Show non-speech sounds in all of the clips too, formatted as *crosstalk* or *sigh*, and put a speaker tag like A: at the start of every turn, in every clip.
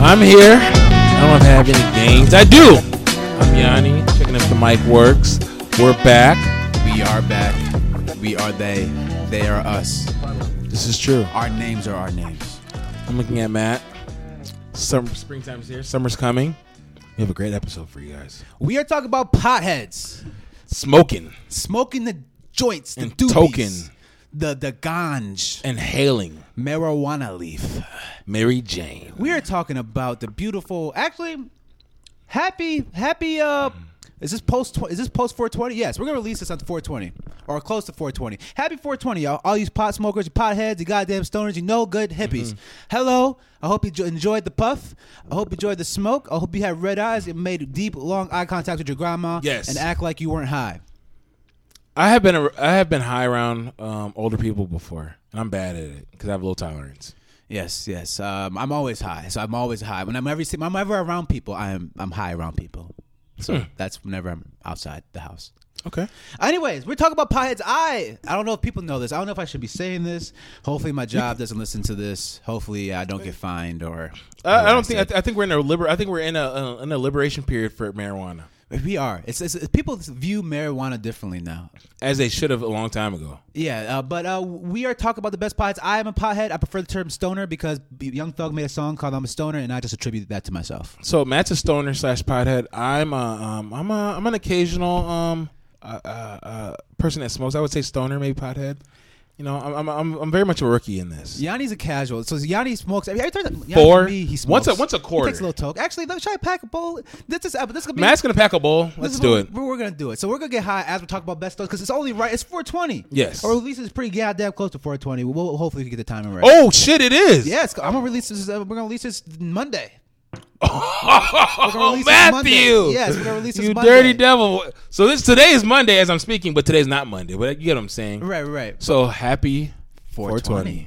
A: I'm here. I don't have any games. I do. I'm Yanni. Checking if the mic works. We're back.
B: We are back. We are they. They are us.
A: This is true.
B: Our names are our names.
A: I'm looking at Matt. Summer, springtime's here. Summer's coming. We have a great episode for you guys.
B: We are talking about potheads
A: Smoking,
B: smoking the joints, the
A: And
B: doobies,
A: token.
B: the the ganj,
A: inhaling,
B: marijuana leaf.
A: Mary Jane.
B: We are talking about the beautiful, actually, happy, happy. Uh, is this post? Tw- is this post 420? Yes, we're gonna release this on 420 or close to 420. Happy 420, y'all! All you pot smokers, you potheads, you goddamn stoners, you no good hippies. Hello. I hope you jo- enjoyed the puff. I hope you enjoyed the smoke. I hope you had red eyes and made deep, long eye contact with your grandma.
A: Yes.
B: and act like you weren't high.
A: I have been a, I have been high around um, older people before, and I'm bad at it because I have low tolerance.
B: Yes, yes. Um, I'm always high, so I'm always high. When I'm ever, when I'm ever around people, I'm I'm high around people. So
A: Hmm.
B: that's whenever I'm outside the house.
A: Okay.
B: Anyways, we're talking about potheads. I I don't know if people know this. I don't know if I should be saying this. Hopefully, my job doesn't listen to this. Hopefully, uh, I don't get fined or.
A: I, I don't think I, th- I think we're in a liber- I think we're in a, a in a liberation period for marijuana,
B: we are. It's, it's people view marijuana differently now.
A: as they should have a long time ago.
B: Yeah, uh, but uh, we are talking about the best potheads. I am a pothead. I prefer the term stoner because Young Thug made a song called "I'm a Stoner," and I just attribute that to myself.
A: So Matt's a stoner slash pothead. I'm a um, I'm a I'm an occasional um uh, uh, uh, person that smokes. I would say stoner, maybe pothead. You know, I'm I'm I'm, I'm very much a rookie in this.
B: Yanni's a casual. So Yanni smokes every, every time. that- Yanni,
A: Four.
B: for me, he smokes.
A: Once a- once a
B: He takes
A: quarter.
B: a little toke. Actually, let- should I pack a bowl? This is uh, this could be.
A: Matt's gonna pack a bowl.
B: this
A: Let's
B: is
A: do
B: what
A: it.
B: We're, we're gonna do it. So we're gonna get high as we talk about best because it's only right. It's 420.
A: Yes.
B: Or at least it's pretty goddamn close to 420. We'll hopefully get the timing right.
A: Oh shit! It is. *laughs*
B: Yes, I'm gonna release this. Uh, we're gonna release this Monday. We're gonna
A: Oh,
B: release this
A: Matthew.
B: Monday. Yes, we're gonna release this
A: you
B: Monday.
A: dirty devil. So this today is Monday as I'm speaking, but today's not Monday. But you get what I'm saying.
B: Right, right, right.
A: So happy
B: 420.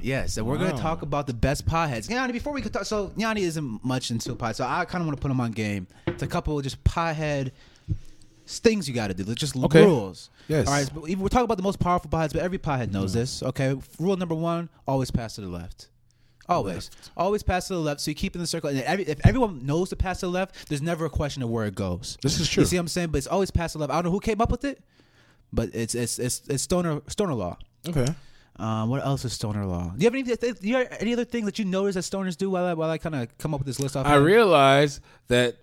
A: 420.
B: Yes, and we're going
A: Wow.
B: to talk about the best potheads. Yanni, before we could talk, so Yanni isn't much into pot, so I kind of want to put him on game. It's a couple of just pothead things you got to do. It's just
A: Okay.
B: rules.
A: Yes. Mm-hmm.
B: All right, but we're talking about the most powerful potheads, but every pothead knows this. Okay, rule number one always pass to the left. Always, always pass to the left. So you keep in the circle, and every, if everyone knows to pass to the left, there's never a question of where it goes.
A: This is true.
B: You see what I'm saying? But it's always pass to the left. I don't know who came up with it, but it's it's it's, it's stoner stoner law.
A: Okay.
B: Um, what else is stoner law? Do you have any? Do you have any other things that you notice that stoners do? While I, while I kind of come up with this list off,
A: I realize that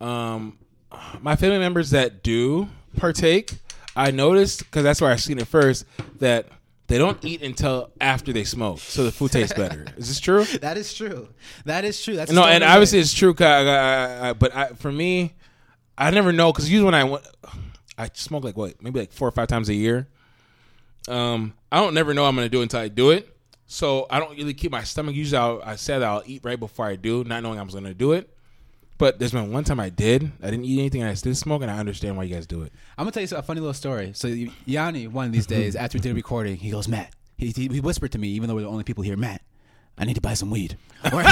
A: um, my family members that do partake, I noticed because that's where I seen it first that they don't eat until after they smoke, so the food tastes better. Is this true?
B: that is true. That is true. That's
A: No, and
B: stoner
A: obviously
B: way.
A: it's true. 'cause I, I, I, but I, for me, I never know because usually when I went, I smoke like what, maybe like four or five times a year. Um, I don't never know I'm gonna do it until I do it. So I don't really keep my stomach. Usually I'll, I said I'll eat right before I do, not knowing I was gonna do it. But there's been one time I did. I didn't eat anything. and I did smoke, and I understand why you guys do it.
B: I'm gonna tell you a funny little story. So you- Yanni, one of these *laughs* days after we did a recording, he goes, "Matt," he, he, he whispered to me, even though we're the only people here, "Matt, I need to buy
A: *laughs*
B: some weed." *laughs* Where-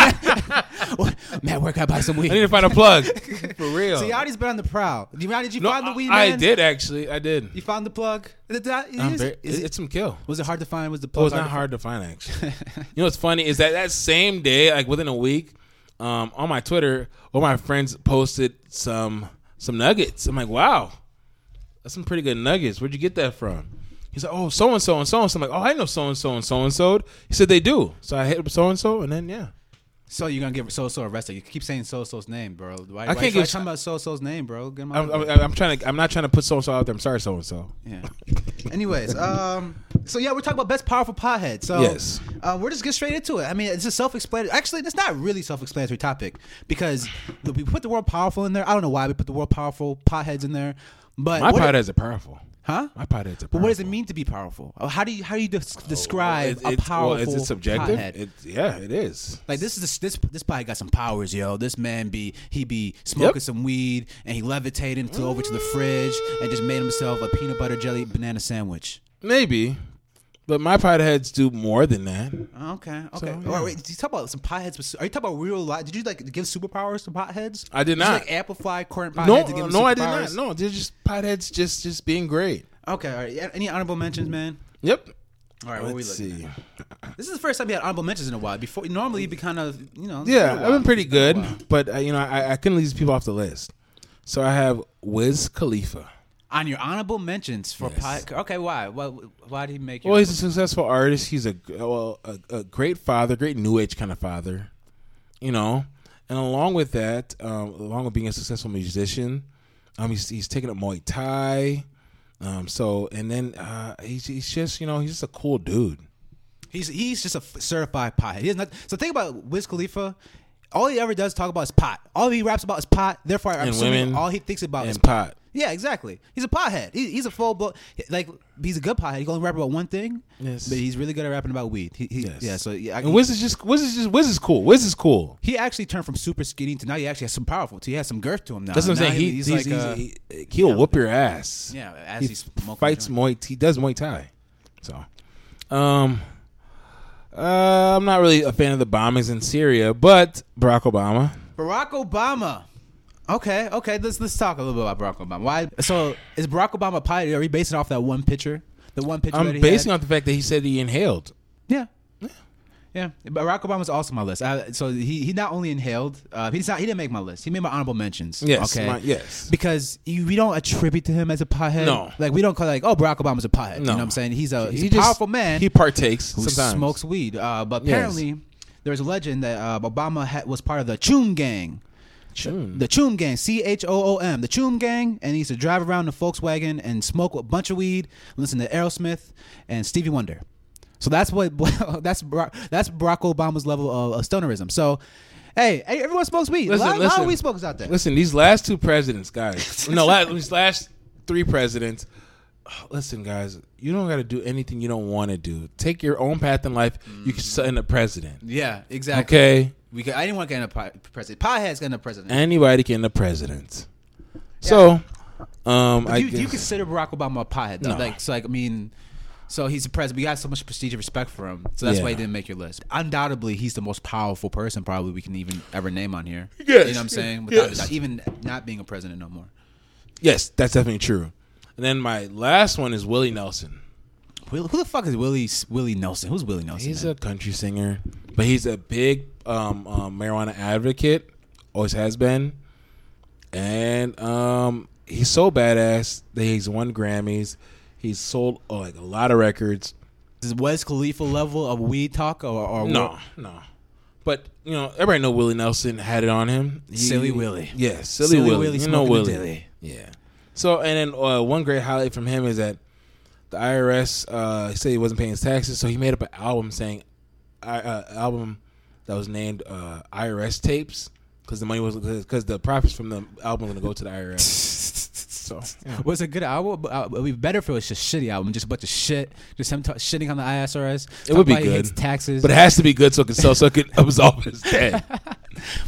B: Matt, where can I buy some weed?
A: I need to find a plug *laughs* for real.
B: so Yanni's been on the prowl. Yanni, did you
A: no,
B: find the weed?
A: I, I
B: man?
A: did actually. I did.
B: You found the plug? Did that-
A: I'm
B: is-
A: very-
B: is it-
A: it's some kill.
B: was it hard to find? Was the
A: It
B: plug?
A: was Oh, not hard to find actually. you know what's funny is that that same day, like within a week, um, on my Twitter, one of my friends posted some some nuggets. I'm like, wow, that's some pretty good nuggets. Where'd you get that from? He's like, oh, so and so and so and so. I'm like, oh, I know so and so and so and so. He said they do. So I hit up so and so, and then yeah,
B: So you're gonna get So So arrested? You keep saying So So's name, bro. Why,
A: I
B: I
A: can't
B: can't why,
A: give-
B: why talking about So So's name, bro. Get him out
A: I'm,
B: of
A: I'm,
B: here.
A: I'm trying to. I'm not trying to put so and so out there. I'm sorry, so and so.
B: *laughs* yeah. Anyways, um, so yeah, we're talking about best powerful pothead. So
A: Yes.
B: uh, we're just get straight into it. I mean, it's a self-explanatory. Actually, it's not really self-explanatory topic because the- we put the word powerful in there. I don't know why we put the word powerful potheads in there, but
A: My
B: what-
A: pot is a powerful.
B: huh?
A: My pot is a powerful.
B: But what does it mean to be powerful? Uh, How do you how do you des- describe
A: It's-
B: a
A: it's- well,
B: powerful?
A: is it subjective?
B: pothead?
A: It's- yeah, it is.
B: Like this is this this probably got some powers, yo. This man be he be smoking
A: Yep.
B: some weed and he levitated and flew over to the fridge and just made himself a peanut butter jelly banana sandwich.
A: Maybe. But my potheads do more than that.
B: Oh, Okay, okay.
A: So,
B: Or
A: yeah.
B: wait, did you talk about some potheads? with- Are you talking about real life? Did you like give superpowers to potheads?
A: I did
B: Just,
A: not.
B: like amplify current
A: No,
B: potheads. and give them
A: no, I did not.
B: superpowers?
A: No, they're just potheads just just being great.
B: Okay, all right. Yeah, Any honorable mentions, man?
A: Yep.
B: All right, what are we
A: Let's
B: looking
A: see.
B: at? This is the first time we had honorable mentions in a while. Before normally you'd be kind of you know.
A: Yeah,
B: it's
A: I've been pretty good,
B: Wow.
A: but uh, you know, I, I couldn't leave these people off the list. So I have Wiz Khalifa.
B: on your honorable mentions for
A: Yes.
B: pod. Okay, why? Why? Why did he make? Your
A: Well, he's a successful artist. He's a well, a, a great father, great new age kind of father, you know. And along with that, um, along with being a successful musician, um, he's he's taking up Muay Thai. Um, so and then uh, he's he's just you know he's just a cool dude.
B: He's he's just a f- certified pothead. He has not, so think about Wiz Khalifa. All he ever does is talk about is pot. All he raps about is pot. Therefore, I'm
A: And
B: assuming
A: women
B: all he thinks about is
A: And
B: pot.
A: pot.
B: Yeah, exactly. He's a pothead. He, he's a full blow. Like he's a good pothead. He can only rap about one thing.
A: Yes.
B: But he's really good at rapping about weed. He, he,
A: Yes.
B: Yeah. So yeah, I,
A: And Wiz is just Wiz is just Wiz is cool. Wiz is cool.
B: he actually turned from super skinny to now he actually has some powerful. He has some girth to him now.
A: That's what I'm
B: Now
A: saying. He,
B: he-
A: he's,
B: he's,
A: he's,
B: like uh,
A: he, he'll whoop your ass.
B: yeah. As
A: he
B: he's smoking
A: fights
B: joint.
A: Muay. He does Muay Thai. So, um, uh, I'm not really a fan of the bombings in Syria, but Barack Obama.
B: Barack Obama. Okay, okay. Let's let's talk a little bit about Barack Obama. Why? So is Barack Obama a pilot? Are we basing it off that one picture? The one picture. that
A: I'm
B: he
A: basing
B: had?
A: off the fact that he said he inhaled.
B: Yeah. Yeah, Barack Obama's also on my list. Uh, so he, he not only inhaled, uh, he's not he didn't make my list. He made my honorable mentions.
A: Yes,
B: okay,
A: my- yes.
B: because you, we don't attribute to him as a pothead.
A: No.
B: like we don't call like oh Barack Obama's a pothead. You know
A: No.
B: what I'm saying? He's a he's
A: he
B: a powerful man
A: He partakes
B: who
A: sometimes.
B: smokes weed. Uh, but
A: Yes.
B: apparently, there's a legend that uh, Obama had, was part of the Choom Gang.
A: Choom.
B: The Choom Gang, C H O O M, the Choom Gang, and he used to drive around the Volkswagen and smoke a bunch of weed, listen to Aerosmith and Stevie Wonder. So that's what *laughs* that's Barack, that's Barack Obama's level of, of stonerism. So, hey, hey, everyone smokes weed.
A: Listen,
B: a lot, lot
A: listen.
B: of weed smokers out there.
A: Listen, these last two presidents,
B: *laughs*
A: guys. no, last, these last three presidents. *sighs* Listen, guys, you don't got to do anything you don't want to do. Take your own path in life. You
B: Mm.
A: can send a president.
B: Yeah, exactly.
A: Okay,
B: We got, I didn't want to get in a pi- president. Potheads getting a president.
A: anybody can the president. So, um, I
B: do, you, do you
A: guess-
B: consider Barack Obama a pothead? Though?
A: No.
B: Like, so like, I mean, so he's the president. We got so much prestige and respect for him, so that's why he
A: Yeah.
B: didn't make your list. Undoubtedly, he's the most powerful person probably we can even ever name on here.
A: Yes.
B: you know what I'm saying? Without
A: Yes.
B: a doubt, even not being a president no more.
A: yes, that's definitely true. And then my last one is Willie Nelson.
B: Will, who the fuck is Willie Willie Nelson? Who's Willie Nelson?
A: He's
B: man?
A: a country singer, but he's a big um, um, marijuana advocate. Always has been, and um, he's so badass that he's won Grammys. He's sold oh, like a lot of records.
B: is Wes Khalifa level of weed talk or, or *laughs*
A: No, no. But you know, everybody know Willie Nelson had it on him. He-
B: Silly Willie.
A: yeah, silly,
B: Silly
A: Willie.
B: Willie
A: you know
B: smoking the
A: Willie.
B: dilly.
A: Yeah. So and then uh, one great highlight from him is that the IRS uh, said he wasn't paying his taxes, so he made up an album saying I uh, album that was named uh, IRS tapes because the money was because the profits from the album were gonna go to the IRS.
B: *laughs*
A: so yeah.
B: Was a good album. but, uh, It would be better if it was just a shitty album, just a bunch of shit, just him ta- shitting on the ISRS.
A: it would
B: talking
A: be
B: about he
A: good.
B: hates taxes,
A: but it has to be good so it can sell, so it can *laughs* absolve his
B: *laughs*
A: debt.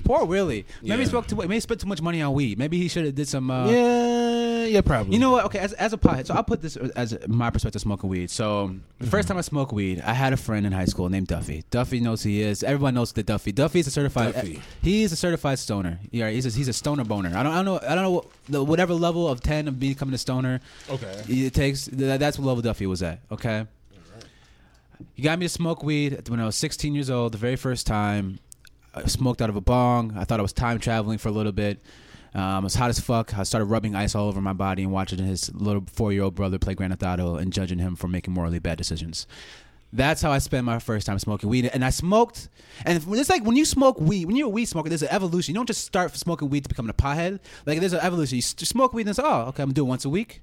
B: Poor Willie. Maybe he
A: Yeah.
B: spoke too. Maybe he spent too much money on weed. Maybe he should have did some. Uh,
A: yeah, yeah, probably.
B: You know what? Okay, as, as a pothead, so I'll put this as my perspective smoking weed. So the first
A: Mm-hmm.
B: time I smoked weed, I had a friend in high school named Duffy. Duffy knows who he is. Everyone knows the Duffy. Duffy is a certified.
A: Duffy.
B: He is a certified stoner. Yeah, he's a, he's a stoner boner. I don't I don't know I don't know what, the, whatever level of ten of becoming a stoner.
A: Okay.
B: It takes that, that's what level Duffy was at. Okay. He got me to smoke weed when I was 16 years old, the very first time. I smoked out of a bong. I thought I was time traveling for a little bit. Um, I was hot as fuck. I started rubbing ice all over my body and watching his little four year old brother play Grand Theft Auto and judging him for making morally bad decisions. That's how I spent my first time smoking weed. And I smoked, and if- it's like when you smoke weed, when you're a weed smoker, there's an evolution. You don't just start smoking weed to becoming a pothead. Like there's an evolution. You s- smoke weed and it's, oh, okay, I'm gonna do it once a week.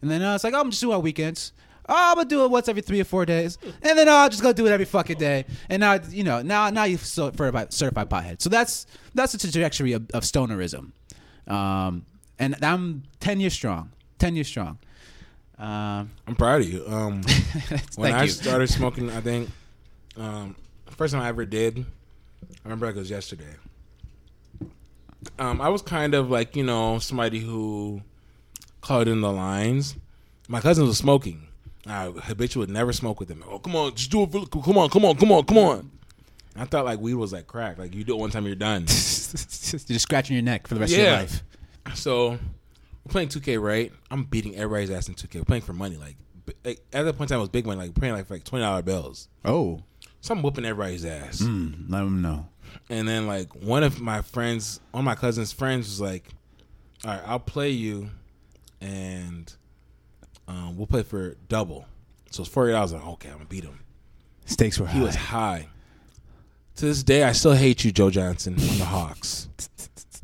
B: And then uh, it's like, oh, I'm just doing it on weekends. Oh, I'm gonna do it once every three or four days, and then oh, I'll just go do it every fucking day. And now, you know, now now you've so- certified, certified pothead. So that's that's the trajectory of, of stonerism. Um, and I'm ten years strong. Ten years strong. Um, *laughs*
A: I'm proud of you. Um, when
B: Thank
A: I
B: you.
A: started smoking, I think um, first time I ever did, I remember like it was yesterday. Um, I was kind of like you know somebody who called in the lines. My cousins was smoking. I habitually would never smoke with them. Oh come on, just do it. for- Come on, come on, come on, come on. I thought like weed was like crack.
B: *laughs*
A: Like you do it one time, you're done.
B: you're just scratching your neck for the rest of your
A: Yeah.
B: life.
A: So We're playing 2K, right? I'm beating everybody's ass in 2K. We're playing for money. Like, b- like, at that point in time, it was big money. Like, playing like, for, like $20 bills.
B: Oh,
A: So I'm whooping everybody's ass.
B: mm, let him know.
A: And then, like, one of my friends, one of my cousin's friends was like, all right, I'll play you and um, we'll play for double. So it's $40. I was like, okay, I'm going to beat him.
B: Stakes were high.
A: He was high. To this day, I still hate you, Joe Johnson on the Hawks.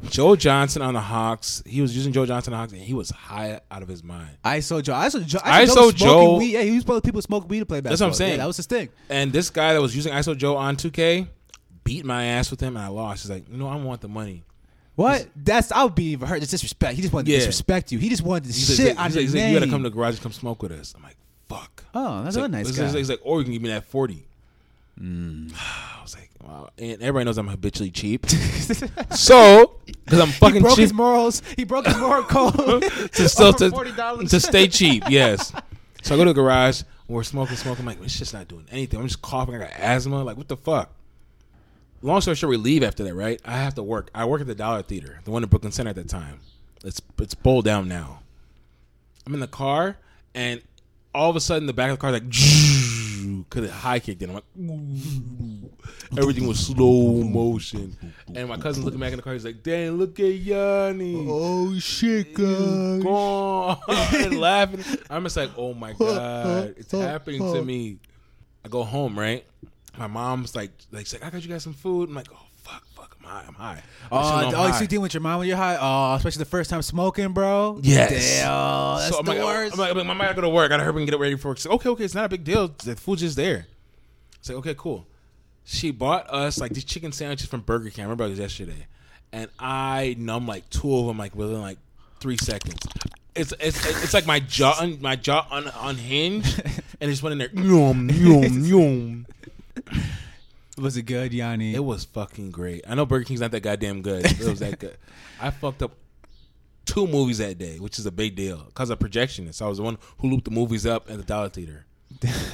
A: Joe Johnson on the Hawks. He was using Joe Johnson on the Hawks, and he was high out of his mind.
B: ISO Joe. ISO Joe.
A: ISO
B: was smoking
A: Joe-
B: Weed. Yeah, he was one of the people who smoked weed to play basketball.
A: what I'm
B: Yeah,
A: saying.
B: that was his thing.
A: And this guy that was using ISO Joe on 2K beat my ass with him, and I lost. He's like, "No, I want the money."
B: What? That's I would be even hurt. It's disrespect. He just wanted to
A: Yeah.
B: disrespect you. He just wanted to
A: He's like-
B: shit
A: he's
B: out
A: like,
B: of your
A: he's like,
B: name.
A: "You gotta come to the garage and come smoke with us." I'm like, "Fuck."
B: oh, that's
A: He's
B: another
A: like,
B: nice
A: he's
B: guy. Mm.
A: like- He's like, "Or you can give me that 40. *sighs* I was like, "Wow!" And everybody knows I'm habitually cheap, *laughs* so because I'm
B: he
A: fucking
B: broke
A: cheap.
B: his morals. He broke
A: *laughs*
B: his moral code.
A: to still
B: Over
A: to,
B: $40.
A: to stay cheap. Yes. So I go to the garage. We're smoking, smoking. I'm like, it's just not doing anything. I'm just coughing. I got asthma. Like, what the fuck? Long story short, we leave after that, right? I have to work. I work at the Dollar Theater, the one in Brooklyn Center at that time. It's it's bowled down now. I'm in the car, and all of a sudden, the back of the car is like, *laughs* because it high kicked in. I'm like, "Ooh." *laughs* everything was slow motion. And my cousin's looking back in the car. He's like, dang, look at Yanni
B: oh shit, Oh, guys.
A: gone and *laughs* laughing. I'm just like, oh my god, it's happening to me. I go home, right? My mom's like, like, she's like, I got you guys some food. I'm like, oh fuck, fuck, I'm high, I'm high. I
B: Oh,
A: shouldn't know
B: oh,
A: I'm
B: you see
A: high.
B: dealing with your mom when you're high. Oh, especially the first time smoking, bro.
A: Yes.
B: Damn, that's
A: So I'm
B: the
A: like,
B: worst.
A: I'm like, I'm like, Mom, I gotta go to work. I gotta hurry and get it ready for work. She's like, okay, okay, it's not a big deal. The food's just there. It's like, okay, cool. She bought us like these chicken sandwiches from Burger King. I remember it was yesterday, and I numb like two of them like within like three seconds. It's it's it's like my jaw un, my jaw un, unhinged, and it just went in there. Yum yum yum.
B: was it good, Yanni?
A: It was fucking great. I know Burger King's not that goddamn good. but It was that
B: *laughs*
A: good. I fucked up two movies that day, which is a big deal because of projectionist. I was the one who looped the movies up at the Dollar Theater.
B: *laughs*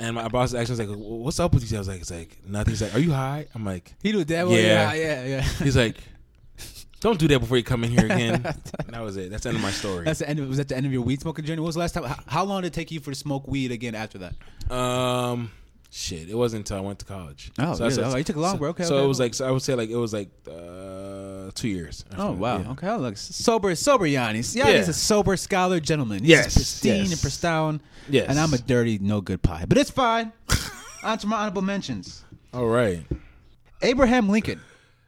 A: and my boss actually was like, "Wh- "What's up with you?" I was like, "It's like nothing." He's like, "Are you high?" I'm like,
B: he do that.
A: Yeah.
B: Yeah, yeah, yeah. *laughs*
A: "He's like, don't do that before you come in here again." and that was it. That's the end of my story.
B: That's the end. Of, was that the end of your weed smoking journey? What was the last time? How, how long did it take you for to smoke weed again after that?
A: Um, shit. It wasn't until I went to college.
B: Oh,
A: that's-
B: really? Oh, you took long,
A: so,
B: bro. Okay,
A: So
B: okay,
A: it was
B: okay.
A: like so I would say like it was like uh, two years. after
B: Oh
A: that,
B: wow.
A: yeah.
B: Okay, that looks sober. Sober Yannis. Yanni's
A: Yeah.
B: a sober scholar gentleman. He's
A: Yes,
B: pristine
A: yes.
B: and pristine.
A: Yes.
B: And I'm a dirty, no good pie. But
A: *laughs*
B: it's fine. On to my honorable mentions.
A: All right.
B: Abraham Lincoln.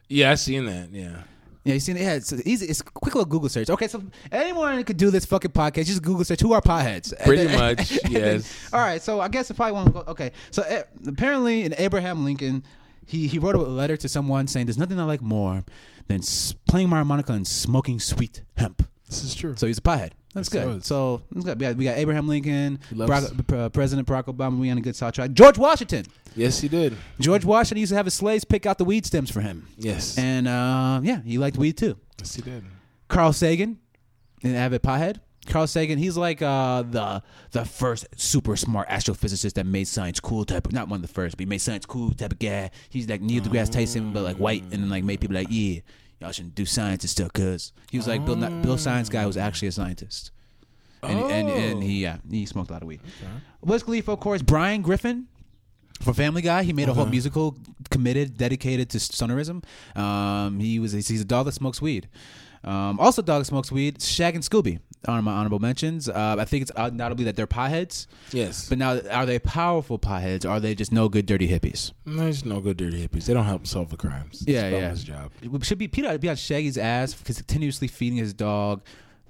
A: Yeah, I seen that. Yeah.
B: Yeah, you seen it? Yeah, it's easy. It's a quick little Google search. Okay, so anyone could do this fucking podcast. Just Google search who are potheads. And
A: Pretty much,
B: *laughs* and
A: yes.
B: all right, so I guess if I want to go, okay. So eh, apparently, in Abraham Lincoln, he he wrote a letter to someone saying, "There's nothing I like more than s- playing my harmonica and smoking sweet hemp."
A: This is true.
B: So he's a pothead. That's
A: Yes, he
B: good.
A: was.
B: So that's good. We got, we got Abraham Lincoln,
A: loves-
B: Barack, uh, President Barack Obama. We on a good soundtrack. George Washington.
A: yes, he did.
B: George Washington used to have his slaves pick out the weed stems for him,
A: Yes.
B: and uh, yeah, he liked weed too.
A: yes, he did.
B: Carl Sagan, an avid pothead. Carl Sagan, he's like uh, the the first super smart astrophysicist that made science cool type. Of, not one of the first, but he made science cool type of guy. He's like Neil deGrasse Tyson, but like white, and then like made people like, yeah, y'all shouldn't do science and stuff, cause he was like Bill. Nye- Bill Science guy was actually a scientist, and and, and he yeah he smoked a lot of weed. Wiz Khalifa, of course, Brian Griffin. For Family Guy, he made a whole musical committed, dedicated to stonerism. Um, he was he's a dog that smokes weed. Um, also, dog that smokes weed. Shag and Scooby are my honorable mentions. Uh, I think it's undoubtedly that they're potheads.
A: Yes.
B: But now, are they powerful potheads? Or are they just no good, dirty hippies?
A: There's no good dirty hippies. They don't help solve the crimes. It's
B: Yeah, yeah.
A: Obama's job.
B: It should be Peter ought to be on Shaggy's ass because continuously feeding his dog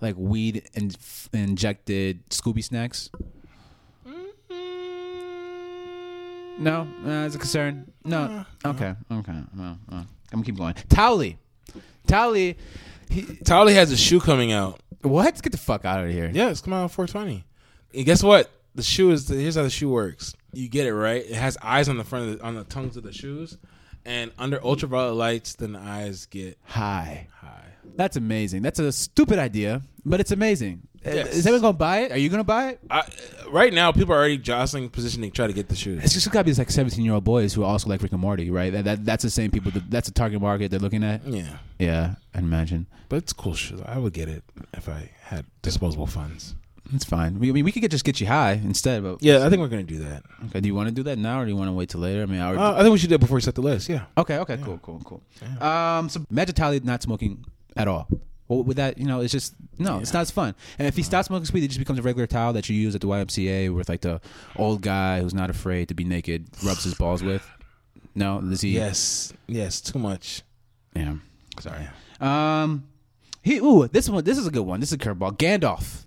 B: like weed and injected Scooby snacks.
A: Mm-hmm.
B: No, uh, it's a concern. No,
A: Uh.
B: okay, okay, well, well, I'm gonna keep going. Towley, Towley, he,
A: Tali has a shoe coming out.
B: what? Get the fuck out of here!
A: Yeah, it's coming out on 420. And guess what? The shoe is here's how the shoe works. You get it right. It has eyes on the front of the, on the tongues of the shoes, and under ultraviolet lights, then the eyes get
B: Hi,
A: high.
B: that's amazing. That's a stupid idea, but it's amazing.
A: Yes.
B: Is anyone gonna buy it? Are you gonna buy it?
A: I, right now, people are already jostling, positioning, try to get the shoes.
B: It's just gotta be these like seventeen year old boys who also like Rick and Morty, right? That, that that's the same people. That, that's the target market they're looking at.
A: Yeah,
B: Yeah, I'd imagine
A: but it's cool shoes. I would get it if I had disposable funds.
B: it's fine. We, I mean, we could get, just get you high instead. But
A: Yeah, I think we're gonna do that.
B: okay, do you want to do that now, or do you want to wait till later? I mean, I already,
A: Uh, I think we should do it before we set the list. Yeah.
B: Okay, okay, cool, cool, cool. Um, so imagine Tyler not smoking at all. Well, with that, you know, it's just no, it's not as fun. And
A: Uh-huh.
B: if he stops smoking weed, it just becomes a regular towel that you use at the YMCA with like the old guy who's not afraid to be naked, rubs his balls with. No, is he?
A: Yes. Yes. Too much.
B: Yeah.
A: Sorry.
B: Um, he. Ooh, this one. This is a good one. This is a curveball. Gandalf.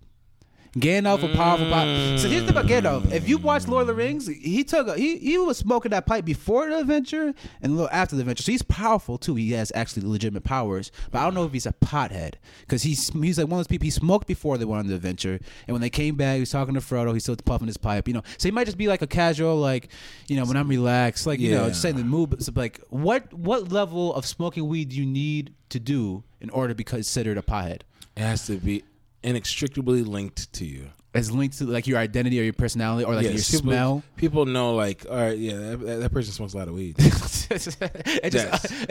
B: Gandalf, a powerful pop. So here's the thing about Gandalf. If you watch Lord of the Rings, he took a, he he was smoking that pipe before the adventure and a little after the adventure. So he's powerful too. He has actually legitimate powers, but I don't know if he's a pothead because he's he's like one of those people. He smoked before they went on the adventure, and when they came back, he was talking to Frodo. He's still puffing his pipe, you know. So he might just be like a casual, like you know, when I'm relaxed, like you know,
A: Yeah.
B: just saying the mood. But it's like, what what level of smoking weed do you need to do in order to be considered a pothead?
A: It has to be inextricably linked to you.
B: as linked to like your identity or your personality or like your
A: Yes, people, *laughs*
B: smell. *laughs*
A: People know, like, all right, yeah, that, that, that person smokes a lot of *laughs* weed.
B: it's, just, uh, it's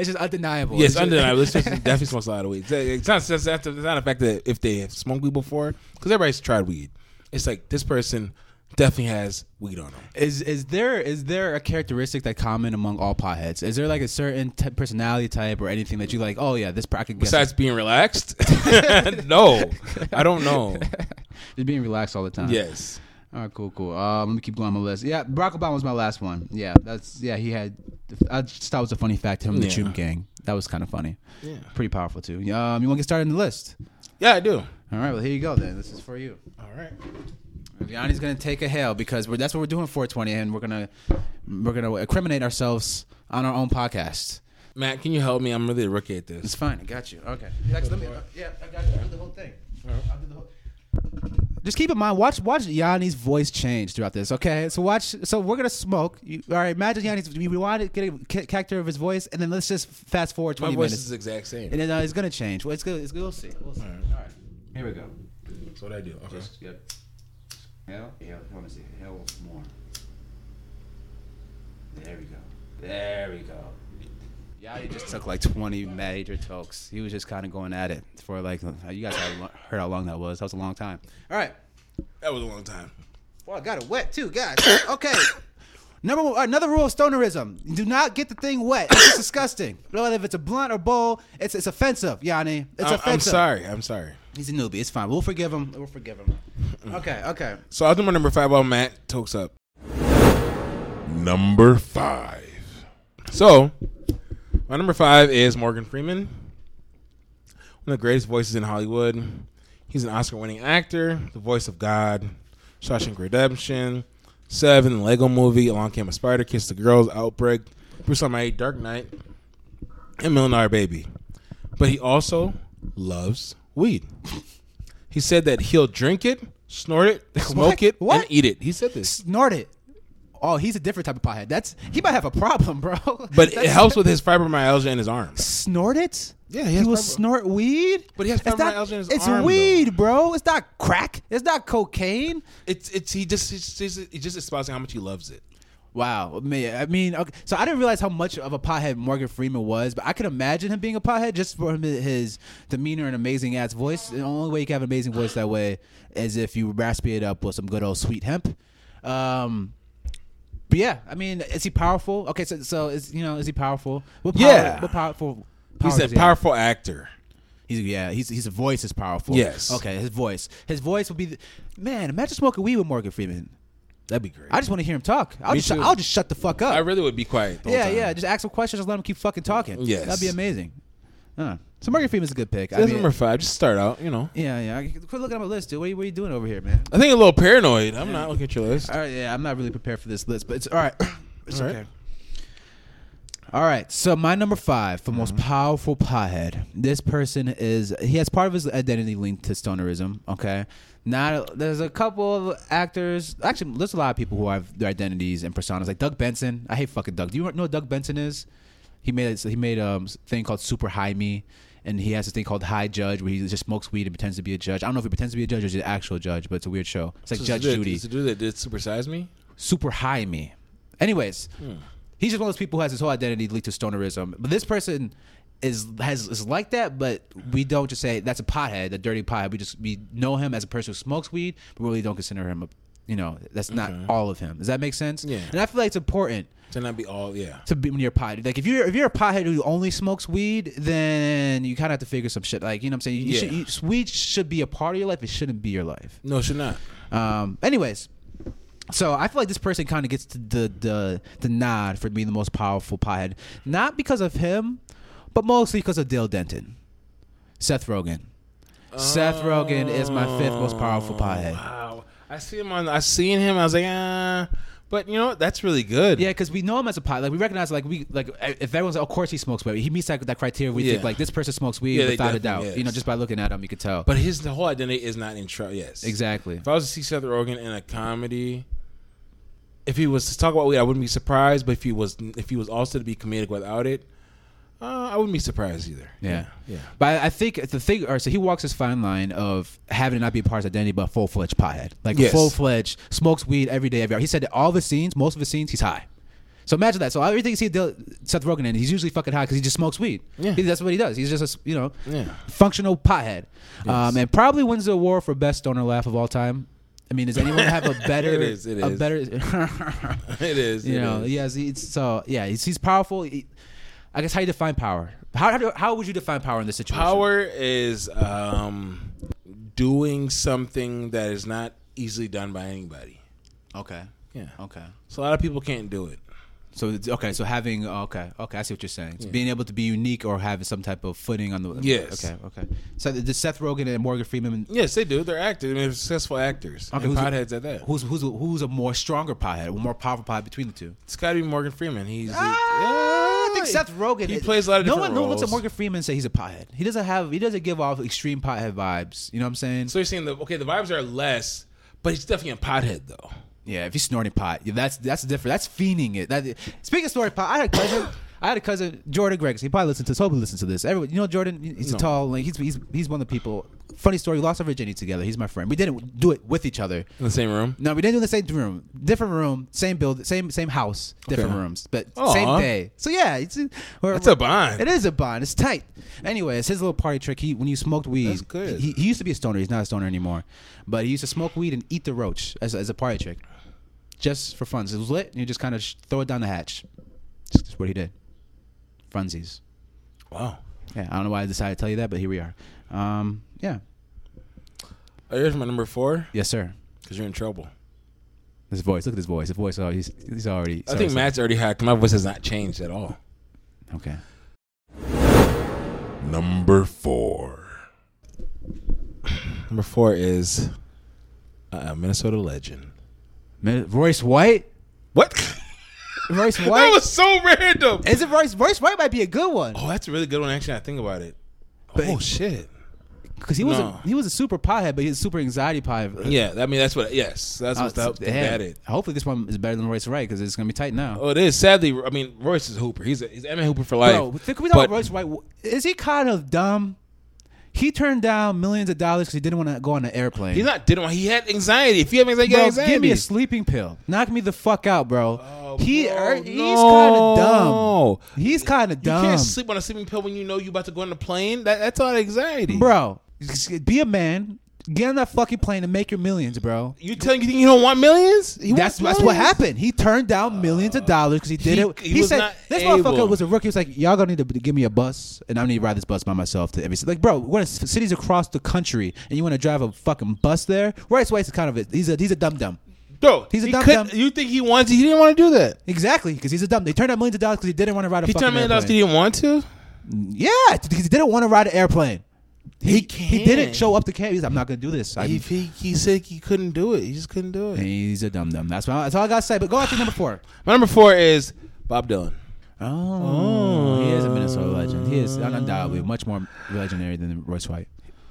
B: just undeniable.
A: yes,
B: It's just-
A: undeniable. This person definitely smokes a lot of weed. It's- It's not, it's not, it's not a fact that if they have smoked weed before, because everybody's tried weed. It's like this person definitely has weed on them.
B: *laughs* Is is there is there a characteristic that common among all potheads? Is there like a certain t- personality type or anything that you like? Oh yeah, this per- I could guess
A: Besides being relaxed, *laughs* no, I don't *laughs* know.
B: just being relaxed all the time.
A: Yes,
B: All right, cool, cool. Uh, let me keep going on my list. Yeah, Barack Obama was my last one. Yeah, that's yeah. He had. I just thought it was a funny fact. Him and the
A: Yeah.
B: Chum Gang. That was kind of funny.
A: Yeah.
B: Pretty powerful too. Um, you want to get started in the list?
A: yeah, I do.
B: All right. Well, here you go then. This is for you.
A: All right.
B: Yanni's gonna take a hail because we're, that's what we're doing 420, and we're gonna we're gonna incriminate ourselves on our own podcast.
A: Matt, can you help me? I'm really a rookie at this.
B: It's fine. I got you. Okay. Lex, let me- uh, yeah, I got you. I'll do the whole thing. I'll do the whole- Just keep in mind, watch watch Yanni's voice change throughout this. Okay, so watch. So we're gonna smoke. You, all right, imagine Yanni's. We want to get a ca- character of his voice, and then let's just fast forward
A: My
B: 20
A: voice
B: minutes,
A: is the exact same.
B: and then uh, it's gonna change. Well, it's good. It's good. We'll see. We'll see. All
A: right.
B: right. Here we go.
A: That's what I do. Okay.
B: Yep. Hell, hell, let me see. Hell more. There we go. There we go. Yachty just took like 20 major tokes. He was just kind of going at it for like, you guys had lo- heard how long that was. That was a long time. All right.
A: That was a long time.
B: Well, I got it wet too, guys. *coughs* okay. Number one, another rule of stonerism: do not get the thing wet. It's just disgusting. *coughs* Whether if it's a blunt or bowl, it's it's offensive, Yanni. It's
A: I'm, I'm
B: offensive.
A: sorry. I'm sorry.
B: He's a newbie. It's fine. We'll forgive him. We'll forgive him. Okay. Okay.
A: So I'll do my number five while Matt tokes up. Number five. So my number five is Morgan Freeman. One of the greatest voices in Hollywood. He's an Oscar winning actor, the voice of God, Shawshank Redemption, Seven, the Lego movie, Along Came a Spider, Kiss the Girls, Outbreak, Bruce Almighty, Dark Knight, and Million Dollar Baby. But he also loves weed. He said that he'll drink it, snort it, smoke
B: *laughs* What?
A: it,
B: What?
A: and eat it. He said this.
B: snort it. Oh, he's a different type of pothead. That's he might have a problem, bro. *laughs*
A: But it
B: That's-
A: helps with his fibromyalgia in his arms.
B: snort it.
A: Yeah, he
B: he,
A: has
B: will
A: fibro-
B: snort weed.
A: But he has
B: It's not-
A: fibromyalgia in his
B: It's
A: arm,
B: weed, bro. It's not crack. It's not cocaine.
A: It's it's he just he's, he's, he's just espousing how much he loves it.
B: Wow, man. I mean, okay. so I didn't realize how much of a pothead Morgan Freeman was, but I could imagine him being a pothead just for him, his demeanor and amazing ass voice. The only way you can have an amazing voice that way is if you raspy it up with some good old sweet hemp. Um, but yeah, I mean, is he powerful? Okay, so so is you know is he powerful? What power,
A: Yeah.
B: what powerful?
A: He's
B: powers
A: a
B: does he have?
A: powerful actor.
B: He's yeah. He's his voice is powerful.
A: Yes.
B: Okay. His voice. His voice would be. The, man, imagine smoking weed with Morgan Freeman.
A: That'd be great.
B: I
A: I,
B: just want to hear him talk. I'll
A: Me
B: just
A: too.
B: I'll just shut the fuck up.
A: really would be quiet. The
B: yeah,
A: whole time.
B: yeah. Just ask him questions. Just let him keep fucking talking.
A: Yes.
B: that'd be amazing. Uh, so Morgan Freeman's a good pick. I
A: That's
B: mean,
A: number five. Just start out. You know,
B: yeah, yeah. I- Quit looking at my list, dude. What are, you, what are you doing over here, man?
A: I think a little paranoid. I'm not looking at your list.
B: All right, yeah. I'm not really prepared for this list, but it's
A: *coughs*
B: all right. it's
A: All right.
B: okay. All right, so my number five for most
A: Mm-hmm.
B: powerful pothead. This person is he has part of his identity linked to stonerism. Okay, now there's a couple of actors. Actually, there's a lot of people who have their identities and personas. Like Doug Benson, um, I hate fucking Doug. Do you know what Doug Benson is? He made a, he made a thing called Super High Me, and he has this thing called High Judge, where he just smokes weed and pretends to be a judge. I don't know if he pretends to be a judge or is an actual judge, but it's a weird show. It's like
A: This
B: Judge
A: is the-
B: Judy
A: this is the dude that did supersize me.
B: super high me. Anyways,
A: Hmm.
B: he's just one of those people who has his whole identity linked to stonerism. But this person is has is like that, but we don't just say that's a pothead, a dirty pothead. We just we know him as a person who smokes weed, but really don't consider him a you know, that's not all of him. Does that make sense?
A: Yeah.
B: And I feel like it's important
A: To not be all yeah.
B: to be when you're a pothead. Like if you're if you're a pothead who only smokes weed, then you kinda have to figure some shit. Like, you know what I'm saying? You
A: Yeah.
B: should you, weed should be a part of your life, it shouldn't be your life.
A: No, should not.
B: Um, anyways, so I feel like this person kind of gets the, the the the nod for being the most powerful pothead, not because of him, but mostly because of Dale Denton, Seth Rogen. Seth Rogen is my fifth most powerful pothead.
A: Wow. I see him on I seen him, I was like, ah but you know what? That's really good.
B: Yeah, because we know him as a pot. Like we recognize, like we like e, if everyone's, like, of course he smokes weed. He meets that, that criteria. We think
A: Yeah.
B: like this person smokes weed
A: Yeah, they
B: without a doubt.
A: definitely
B: You know,
A: is.
B: just by looking at him, you could tell.
A: But his the whole identity is not in trouble. Yes.
B: exactly.
A: If I was to see Seth Rogen in a comedy, if he was to talk about weed, I wouldn't be surprised. But if he was, if he was also to be comedic without it, uh, I wouldn't be surprised either.
B: Yeah.
A: yeah.
B: But I- I think the thing, or so he walks this fine line of having to not be a part of his identity, but full fledged pothead, like
A: Yes.
B: full fledged smokes weed every day, every hour. He said that all the scenes, most of the scenes, he's high. So imagine that. So everything you see Dil- Seth Rogen in, he's usually fucking high because he just smokes weed.
A: Yeah.
B: He- that's what he does. He's just a s- you know
A: Yeah.
B: functional pothead, um, and probably wins the award for best stoner laugh of all time. I mean, does anyone have a
A: *laughs*
B: better?
A: It is, it
B: a
A: is.
B: better. *laughs*
A: *laughs* it is.
B: You
A: it
B: know,
A: is.
B: yes, it's so yeah, he's, he's powerful. He- I guess how you define power? How, how do- how would you define power in this situation?
A: Power is um, doing something that is not easily done by anybody.
B: Okay.
A: Yeah.
B: Okay.
A: So a lot of people can't do it.
B: So it's, okay, so having oh, okay, okay, I see what you're saying. It's being able to be unique or having some type of footing on the
A: Yes.
B: Okay. Okay. So the, the Seth Rogen and Morgan Freeman.
A: Yes, they do. They're actors. I mean, they're successful actors.
B: Okay,
A: and
B: who's-
A: potheads at that.
B: Who's who's who's a more stronger pothead, a more powerful pothead between the two?
A: It's got to be Morgan Freeman. He's.
B: Ah, I think
A: Yeah.
B: Seth Rogen.
A: He plays a lot of
B: no
A: different
B: one no one looks at
A: roles.
B: Morgan Freeman and say he's a pothead. He doesn't have he doesn't give off extreme pothead vibes. You know what I'm saying?
A: So you're saying the okay, the vibes are less, but he's definitely a pothead though.
B: Yeah, if he's snorting pot, yeah, that's that's different. That's fiending it. That, speaking of snorting pot, I had a cousin. I had a cousin, Jordan Gregson. He probably listened to this. Hope he listens to this. Everyone, you know Jordan. He's
A: No.
B: a tall. Like he's he's he's one of the people. Funny story. We lost our virginity together. He's my friend. We didn't do it with each other.
A: In the same room.
B: No, we didn't do it in the same room. Different room, same build, same same house, different
A: Okay.
B: rooms, but
A: Aw.
B: same day. So yeah, it's we're,
A: That's a bond.
B: It is a bond. It's tight. Anyways, his little party trick. He when you smoked weed,
A: That's good.
B: He, he used to be a stoner. He's not a stoner anymore, but he used to smoke weed and eat the roach as, as a party trick, just for fun. So it was lit. And you just kind of sh- throw it down the hatch. Just, just what he did. Funsies.
A: Wow.
B: Yeah, I don't know why I decided to tell you that, but here we are. Um, yeah,
A: Oh, here's my number four
B: yes, sir.
A: because you're in trouble.
B: His voice. Look at his voice. His voice. Oh, he's he's already.
A: I think
B: sorry,
A: Matt's already hacked. My voice has not changed at all.
B: sorry. Okay.
A: Number four. *clears throat* Number four is a Minnesota legend.
B: Ma- Royce White.
A: *laughs* What? *laughs*
B: Royce
A: that
B: White.
A: was so random.
B: is it Royce? Royce White might be a good one
A: Oh, that's a really good one. Actually, I think about it. oh
B: But-
A: shit.
B: because he was
A: No.
B: a, he was a super pothead, but he's a super anxiety pothead.
A: Yeah. I mean, that's what. Yes, that's
B: Uh,
A: what's up.
B: damn.
A: That it.
B: Hopefully, this one is better than Royce White because it's gonna be tight now.
A: Oh, it is. Sadly, I mean, Royce is a Hooper. He's a, he's Emmett Hooper for life.
B: Bro, think we talk about
A: But-
B: Royce White. Is he kind of dumb? He turned down millions of dollars because he didn't want to go on an airplane.
A: He's not didn't want. He had anxiety. If you have anxiety, you
B: bro,
A: got
B: give me
A: anxiety.
B: a sleeping pill. Knock me the fuck out, bro.
A: Oh,
B: he
A: bro,
B: er, he's
A: no.
B: kind of dumb. He's kind of
A: you
B: dumb.
A: can't sleep on a sleeping pill when you know you about to go on a plane. That, that's all anxiety,
B: bro. Be a man. Get on that fucking plane and make your millions, bro.
A: You telling you think you don't want millions? He
B: That's
A: wants
B: that's what
A: millions.
B: happened. He turned down millions of dollars because he did
A: he-
B: it.
A: he
B: He,
A: was
B: said
A: not
B: this
A: able.
B: motherfucker was a rookie. He was like, y'all gonna need to b- give me a bus, and I need to ride this bus by myself to every city. Like, bro, we're in c- cities across the country, and you want to drive a fucking bus there? Royce White is kind of a he's a he's a dumb dumb.
A: Bro,
B: He's a
A: he
B: dumb
A: couldn't-
B: dumb.
A: You think he wanted? to- He didn't want to do that.
B: Exactly, because he's a dumb. They turned down millions of dollars because he didn't want to ride a
A: He
B: fucking
A: turned million dollars.
B: airplane.
A: He didn't want to.
B: Yeah, because he didn't want to ride an airplane. He he
A: can.
B: didn't show up to camp. He's like, I'm not gonna do this. I,
A: He, he he said he couldn't do it. He just couldn't do it.
B: he's a dumb dumb. That's what I, that's all I gotta say. But go on to number four.
A: My number four is Bob Dylan.
B: Oh, he is a Minnesota legend. He is undoubtedly much more legendary than Royce White.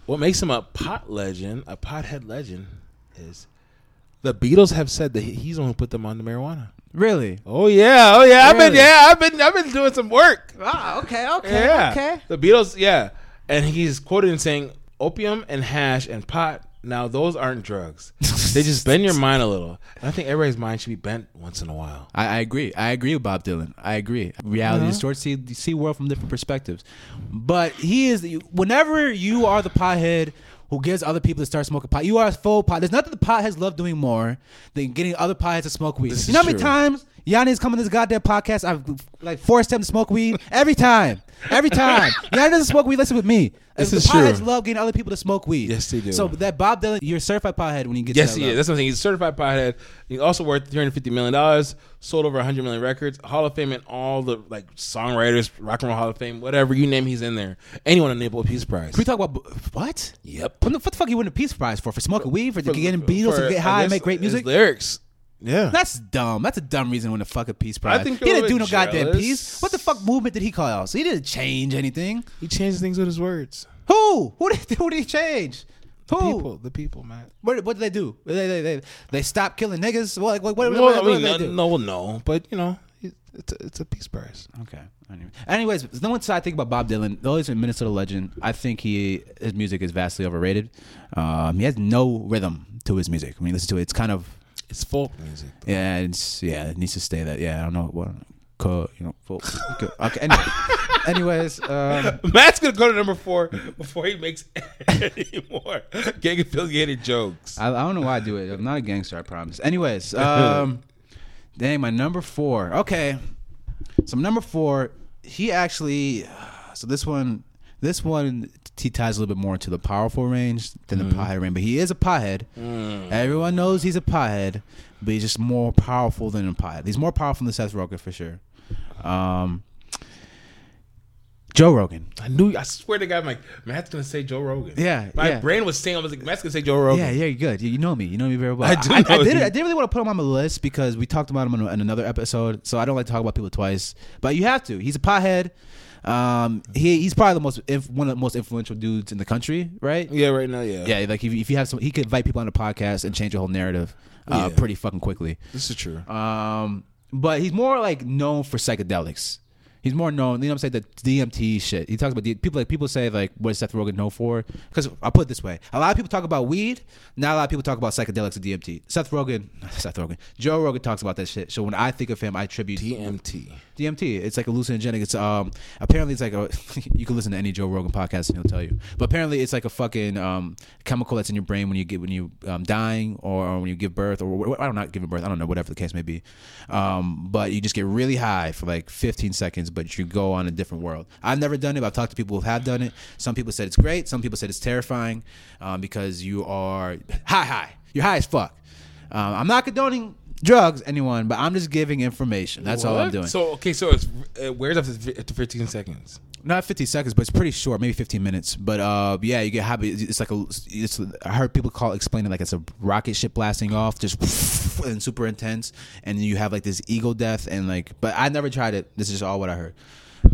A: What makes him a pot legend, a pothead legend, is the Beatles have said that he- he's the one who put them on the marijuana.
B: Really?
A: Oh yeah, oh yeah. I've been
B: Really?
A: yeah, I've been I've been doing some work.
B: Ah, okay, okay,
A: Yeah. The Beatles, yeah. and he's quoted in saying, "Opium and hash and pot. Now those aren't drugs. they just bend your mind a little. And I think everybody's mind should be bent once in a while."
B: I, I agree. I agree with Bob Dylan. I agree. Reality distorts see see world from different perspectives. But he is whenever you are the pothead who gives other people to start smoking pot, you are a full pot. There's nothing the potheads love doing more than getting other potheads to smoke weed.
A: This
B: you know
A: is
B: how many
A: true.
B: times Yanni's come on this goddamn podcast? I've like forced him to smoke weed every time.
A: *laughs*
B: Every time. Yanni doesn't smoke weed, listen with me.
A: This
B: the
A: is true.
B: potheads love getting other people to smoke weed.
A: Yes, they do.
B: So that Bob Dylan, you're a certified pothead when you get
A: Yes,
B: to that
A: he is.
B: level.
A: That's something. He's a certified pothead. He's also worth three hundred fifty million dollars. Sold over hundred million records. Hall of Fame and all the like songwriters, rock and roll Hall of Fame, whatever you name, he's in there. Anyone on the Nobel Peace Prize.
B: Can we talk about what?
A: Yep.
B: What the, what the fuck you win a Peace Prize for? For smoking weed? For, getting Beatles
A: for,
B: to get
A: I
B: high
A: guess,
B: and make great
A: his
B: music?
A: lyrics. Yeah.
B: That's dumb. That's a dumb reason to win a fucking Peace Prize.
A: think
B: he
A: you're a
B: didn't do
A: little bit
B: no goddamn
A: jealous.
B: peace. What the fuck movement did he call out? So he didn't change anything.
A: He changes things with his words.
B: Who? Who did, *laughs* who did he change? Who?
A: People, the people, man.
B: What, what did they do? They, they, they, they stopped killing niggas? What, what, what, what,
A: Well,
B: what
A: I mean,
B: did they
A: no,
B: do?
A: no, no, but you know, it's a, it's a peace prize.
B: Okay. Anyway. Anyways, the one side I think about Bob Dylan, though he's a Minnesota legend, I think he his music is vastly overrated. Um, he has no rhythm to his music. When you listen to it, it's kind of
A: It's folk music.
B: Yeah, it's yeah, it needs to stay that. Yeah, I don't know what co you know. Full, co- okay, anyway,
A: *laughs*
B: anyways, um,
A: Matt's gonna go to number four before he makes *laughs* any more gang affiliated jokes.
B: I, I don't know why I do it. I'm not a gangster, I promise. Anyways, um, dang, my number four. Okay, so my number four, he actually. So this one, this one, he ties a little bit more to the powerful range than the pothead range, but he is a pothead. Everyone knows he's a pothead, but he's just more powerful than a pothead. He's more powerful than Seth Rogen for sure. Um, Joe Rogan.
A: I knew. I swear to God, Mike. Matt's gonna say Joe Rogan.
B: Yeah,
A: my
B: yeah.
A: brain was saying I was like, Matt's gonna say Joe Rogan.
B: Yeah, yeah, you're good. You, you know me. You know me very well.
A: I do
B: I,
A: know
B: did.
A: you.
B: I didn't really want to put him on my list because we talked about him in, in another episode. So I don't like to talk about people twice. But you have to. He's a pothead. Um, he he's probably the most inf- one of the most influential dudes in the country, right?
A: Yeah, right now, yeah.
B: Yeah, like if, if you have some, he could invite people on a podcast and change the whole narrative uh,
A: Yeah.
B: pretty fucking quickly.
A: this is true.
B: Um, but he's more like known for psychedelics. He's more known, you know, what I'm saying the DMT shit. He talks about the, people like people say like what is Seth Rogen known for? Because I'll put it this way: a lot of people talk about weed, not a lot of people talk about psychedelics and DMT. Seth Rogen, *laughs* Seth Rogen, Joe Rogan talks about that shit. So when I think of him, I attribute
A: DMT.
B: DMT. It's like a hallucinogenic. It's um apparently it's like a *laughs* you can listen to any Joe Rogan podcast and he'll tell you. But apparently it's like a fucking um chemical that's in your brain when you get when you um dying or, or when you give birth or wh- wh- I don't not giving birth. I don't know whatever the case may be. Um, but you just get really high for like 15 seconds, but you go on a different world. I've never done it. But I've talked to people who have done it. Some people said it's great. Some people said it's terrifying um, because you are high high. You're high as fuck. Um, I'm not condoning drugs, anyone, but I'm just giving information. That's all I'm
A: What?
B: doing.
A: So okay, so it's it wears after fi- after 15 seconds.
B: not 50 seconds, but it's pretty short, maybe 15 minutes. But uh, yeah, you get happy. It's like a. It's, I heard people call explain it like it's a rocket ship blasting off, just *laughs* and super intense, and you have like this ego death and like. But I never tried it. This is just all what I heard.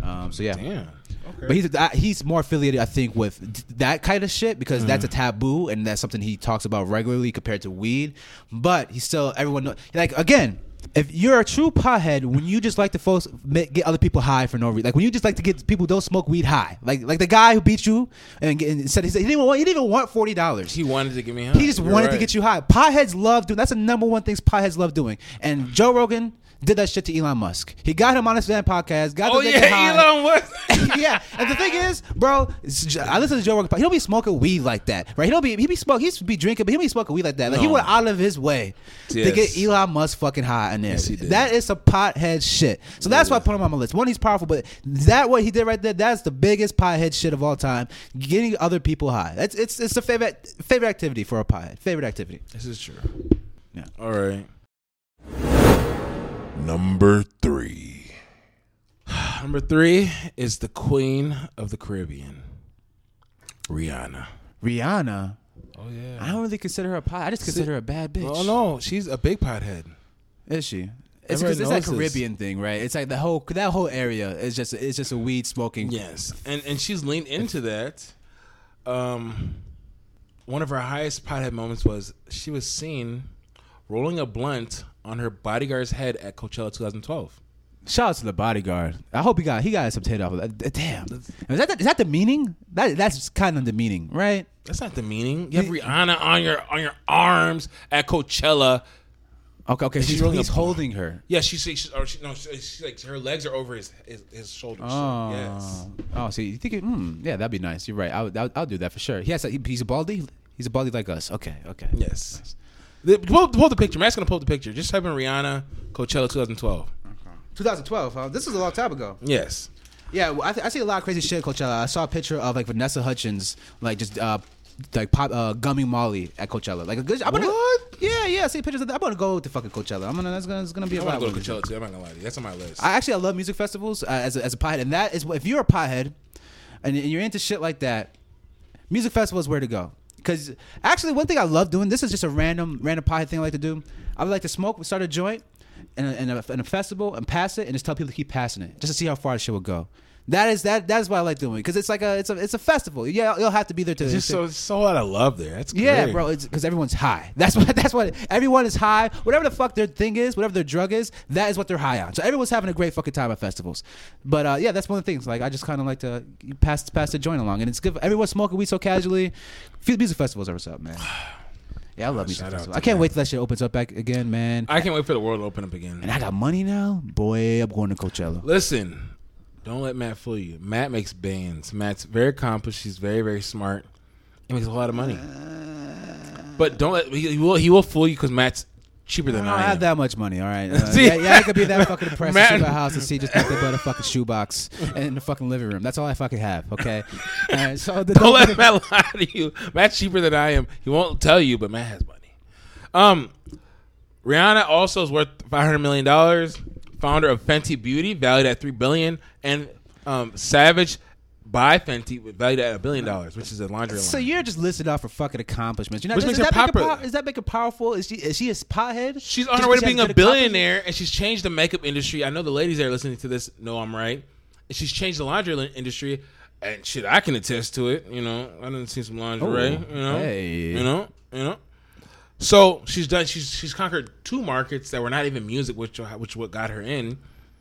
B: Um, so yeah.
A: Damn. Okay.
B: But he's uh, he's more affiliated, I think, with that kind of shit because that's a
A: Mm.
B: taboo and that's something he talks about regularly compared to weed. But he still everyone know, like again. If you're a true pothead, when you just like to folks make, get other people high for no reason, like when you just like to get people who don't smoke weed high, like like the guy who beat you and, get, and said he, said he didn't want he didn't even want forty dollars.
A: he wanted to get me high.
B: He just
A: You're
B: wanted to
A: right.
B: get you high. Potheads love doing. That's the number one thing potheads love doing. And Joe Rogan did that shit to Elon Musk. He got him on his damn podcast. Got
A: Oh
B: the nigga high
A: yeah, Elon was.
B: *laughs* yeah, and the thing is, bro, it's J- I listen to Joe Rogan. podcast. He don't be smoking weed like that, right? He don't be he be smoking. He be drinking, but he don't be smoking weed like that. Like he
A: No.
B: went out of his way to
A: Yes.
B: get Elon Musk fucking high in there.
A: he did.
B: that is a pothead shit. So that's why I put him on my list. One, he's powerful, but that what he did right there, that's the biggest pothead shit of all time. Getting other people high. That's it's it's the favorite favorite activity for a pothead. Favorite activity.
A: this is true.
B: Yeah.
A: All right.
C: Number three.
A: *sighs* Number three is the Queen of the Caribbean, Rihanna.
B: Rihanna.
A: Oh yeah.
B: I don't really consider her a pot. I just consider her a bad bitch.
A: Oh no, she's a big pothead.
B: Is she? It's
A: Everybody
B: because it's that
A: knows this.
B: Caribbean thing, right? It's like the whole that whole area is just it's just a weed smoking.
A: Yes, and and she's leaned into that. Um, one of her highest pothead moments was she was seen rolling a blunt on her bodyguard's head at Coachella 2012.
B: Shout out to the bodyguard. I hope he got he got some tit off of that. Damn, is that the, is that the meaning? That that's kind of the meaning, right?
A: That's not the meaning. You have Rihanna on your on your arms at Coachella.
B: Okay, okay. She's,
A: she really
B: he's
A: a-
B: holding her.
A: Yeah, she's, she's or she, no, she- she's like her legs are over his his, his shoulders. So,
B: Oh,
A: yes.
B: oh. So you think? It, hmm, yeah, that'd be nice. You're right. I would, I'll, I'll do that for sure. He has. A, he- he's a baldy. He's a baldy like us. Okay, okay.
A: Yes. The, pull, pull the picture. Matt's gonna pull the picture. Just type in Rihanna Coachella 2012.
B: 2012. Huh? This was a long time ago.
A: Yes.
B: Yeah, well, I, th- I see a lot of crazy shit, at Coachella. I saw a picture of like Vanessa Hutchins, like just uh, like pop uh, gumming Molly at Coachella. Like a good. I'm gonna,
A: What?
B: Yeah, yeah. I see pictures of that. I'm gonna go to fucking Coachella. I'm gonna. That's gonna. It's gonna be a
A: I want
B: vibe.
A: to go to
B: with me.
A: Coachella too. I'm not gonna lie to you. That's on my list.
B: I actually I love music festivals uh, as a, as a pothead, and that is what- if you're a pothead and, and you're into shit like that, music festival is where to go. Because actually, one thing I love doing this is just a random random pothead thing I like to do. I would like to smoke, start a joint, and a, and a, and a festival, and pass it, and just tell people to keep passing it, just to see how far the shit will go. That is that that is what I like doing because it's like a it's a it's a festival. Yeah, you'll have to be there to.
A: just
B: to-
A: so so out of love there. That's
B: yeah,
A: great.
B: bro, it's because everyone's high. *laughs* That's what. That's what. Everyone is high. Whatever the fuck their thing is, whatever their drug is, that is what they're high on. So everyone's having a great fucking time at festivals. But uh, yeah, that's one of the things. Like I just kind of like to pass pass the joint along, and it's good. Everyone's smoking weed so casually. Few music festivals are what's up, man. *sighs* Yeah,
A: *sighs*
B: I love music
A: shout out
B: festivals.
A: to
B: I can't
A: that.
B: wait till that shit opens up back again, man.
A: I can't wait for the world to open up
B: and
A: again.
B: I got money now, boy. I'm going to Coachella.
A: Listen, don't let Matt fool you. Matt makes bands. Matt's very accomplished. He's very very smart. He makes a lot of money. But don't let he, he will he will fool you because Matt's cheaper
B: I
A: than
B: don't
A: I, am.
B: have that much money, all right.
A: *laughs*
B: Uh,
A: See?
B: yeah, yeah, I could be
A: *laughs*
B: that fucking depressed
A: Man.
B: to shoot a house and see just nothing but a fucking shoebox in the fucking living room. That's all I fucking
A: *laughs*
B: have, okay? All right, so the,
A: Don't let Matt *laughs* lie to you. Matt's cheaper than I am. He won't tell you, but Matt has money. Um, Rihanna also is worth five hundred million dollars. Founder of Fenty Beauty, valued at three billion, and um, Savage by Fenty, valued at a billion dollars, which is a laundry line.
B: So you're just listed off for fucking accomplishments. You know,
A: Which makes
B: does, does
A: her
B: that make her
A: popular.
B: pow- is that make her powerful? Is she is she a pothead?
A: She's
B: Just
A: on her way to
B: 'cause she
A: being a
B: has good accomplishments?
A: billionaire, and she's changed the makeup industry. I know the ladies that are listening to this know I'm right. And she's changed the laundry lin- industry, and shit, I can attest to it. You know, I didn't see some lingerie.
B: Oh,
A: you know,
B: hey.
A: you know, you know. So she's done. She's she's conquered two markets that were not even music, which which what got her in,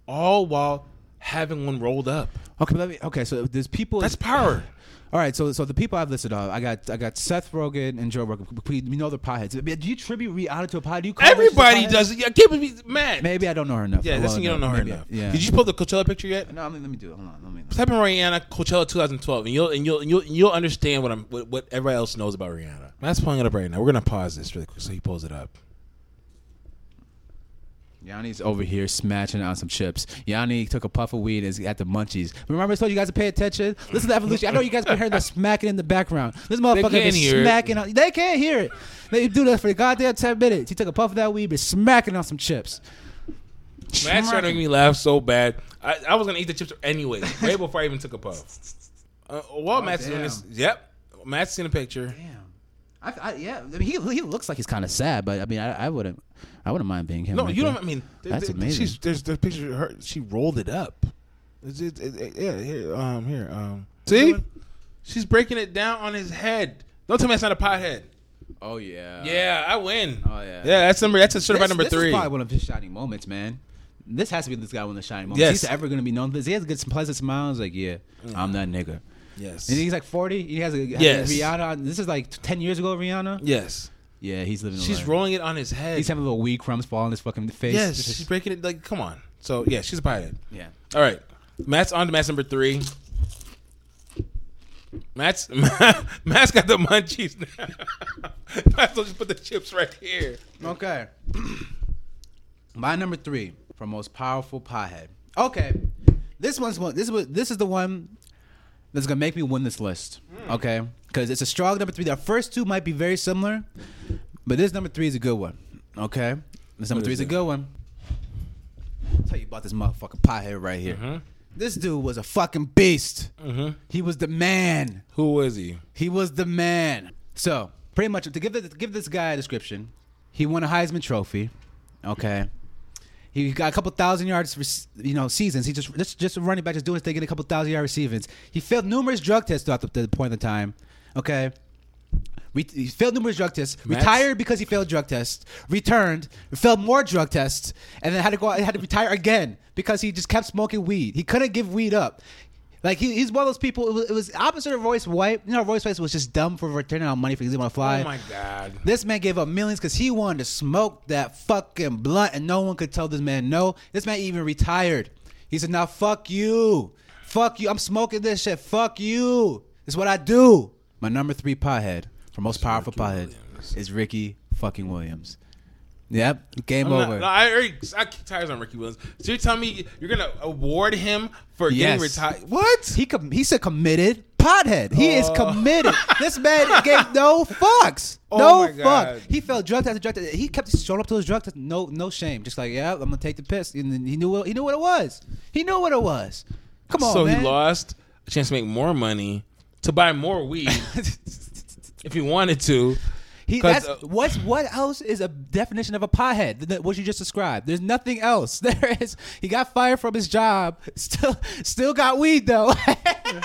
A: all while having one rolled up.
B: Okay, let me, okay. So there's people.
A: That's power.
B: all right. So so the people I've listed off, I got I got Seth Rogen and Joe Rogan. We, we know they're potheads. I mean, Do you attribute Rihanna to a pothead? Do you call her- she's a
A: Everybody
B: pothead?
A: does it. Yeah, keep it mad.
B: Maybe I don't know her enough.
A: yeah, that's
B: Well
A: you don't know her
B: maybe I-
A: enough.
B: Yeah.
A: Did you pull the Coachella picture yet?
B: No, let me, let me do it. Hold on. Let me.
A: type in Rihanna Coachella 2012, and you'll and you'll and you'll, and you'll understand what I'm what, what everybody else knows about Rihanna. Matt's pulling it up right now. We're gonna pause this really quick so he pulls it up.
B: Yanni's over here smashing on some chips. Yanni took a puff of weed and is at the munchies. Remember I told you guys to pay attention? Listen to Evolution. I know you guys been hearing the smacking in the background. This motherfucker
A: can't
B: been
A: hear it.
B: smacking on they can't hear it. They do that for the goddamn ten minutes. He took a puff of that weed, been smacking on some chips.
A: Matt's trying to make me laugh so bad. I, I was gonna eat the chips anyway,
B: *laughs*
A: way before I even took a puff. Uh, while Matt's doing
B: Oh, damn.
A: this, yep, Matt's seen a picture.
B: Damn. I, I, yeah, I mean, he he looks like he's kind of sad, but I mean, I, I wouldn't, I wouldn't mind being him.
A: No,
B: right
A: you
B: there.
A: don't. I mean, th-
B: That's
A: th-
B: amazing.
A: She's, there's the picture. Of her, she rolled it up. It's- it's- it- yeah, here, um, here, um. See, she's breaking it down on his head. Don't tell me that's not a pothead.
B: Oh yeah.
A: Yeah, I win.
B: Oh, yeah.
A: yeah. That's number. That's a
B: This-
A: certified number
B: this
A: three.
B: is probably one of his shining moments, man. This has to be this guy one of the shining moments.
A: Yes.
B: He's ever going to be known for this. He has a good, some pleasant smile. He's like, yeah, I'm that nigga.
A: Yes.
B: And he's like 40. He has a
A: Yes.
B: Rihanna. This is like 10 years ago, Rihanna.
A: yes.
B: Yeah, he's living. a
A: She's
B: life.
A: rolling it on his head.
B: He's having little weed crumbs fall on his fucking face.
A: yes.
B: This is-
A: She's breaking it. Like, come on. So yeah, she's a pilot.
B: yeah.
A: All right. Matt's on to Matt's number three. Matt's *laughs* Matt's got the munchies now. *laughs* Matt's just put the chips right here.
B: Okay. *clears throat* My number three for most powerful pothead. Okay, this one's one. This is this is the one that's gonna make me win this list.
A: Mm.
B: Okay, because it's a strong number three. The first two might be very similar, but this number three is a good one. Okay, this number
A: What
B: three
A: is
B: is
A: it?
B: a good one. I'll tell you about this motherfucking pothead right here.
A: Mm-hmm.
B: This dude was a fucking beast. He was the man.
A: Who was he?
B: He was the man. So pretty much to give this, to give this guy a description, he won a Heisman Trophy. Okay. He got a couple thousand yards, for, you know, seasons. He just just just a running back, just doing his thing, getting a couple thousand yard receivings. He failed numerous drug tests throughout the, the point of time. Okay, Re- he failed numerous drug tests.
A: Max?
B: Retired because he failed drug tests. Returned, failed more drug tests, and then had to go. out Had to retire again because he just kept smoking weed. He couldn't give weed up. Like he, he's one of those people. It was, it was opposite of Royce White. You know, Royce White was just dumb for returning on money for he's on fly.
A: Oh my god.
B: This man gave up millions because he wanted to smoke that fucking blunt, and no one could tell this man no. This man even retired. He said, "Now fuck you, fuck you. I'm smoking this shit. Fuck you. It's what I do." My number three pothead, for most powerful pothead, is Ricky fucking Williams. Yep, game
A: I'm not-
B: over.
A: no, I already I kick tires on Ricky Williams. So you're telling me you're gonna award him for getting
B: Yes.
A: retired? What?
B: he com- he's a committed pothead. He is
A: *laughs*
B: committed. this man gave no fucks.
A: Oh
B: no
A: my God.
B: fuck. He felt drug test after drug test. He kept showing up to his drug test. No no shame. Just like yeah, I'm gonna take the piss. And then he knew what, he knew what it was. He knew what it was. Come on,
A: so
B: man.
A: he lost a chance to make more money to buy more
B: *laughs*
A: weed if he wanted to.
B: He,
A: 'Cause,
B: that's,
A: uh,
B: what's what else is a definition of a pothead? th- th- What you just described. There's nothing else. *laughs* There is. He got fired from his job. Still, still got weed though. *laughs*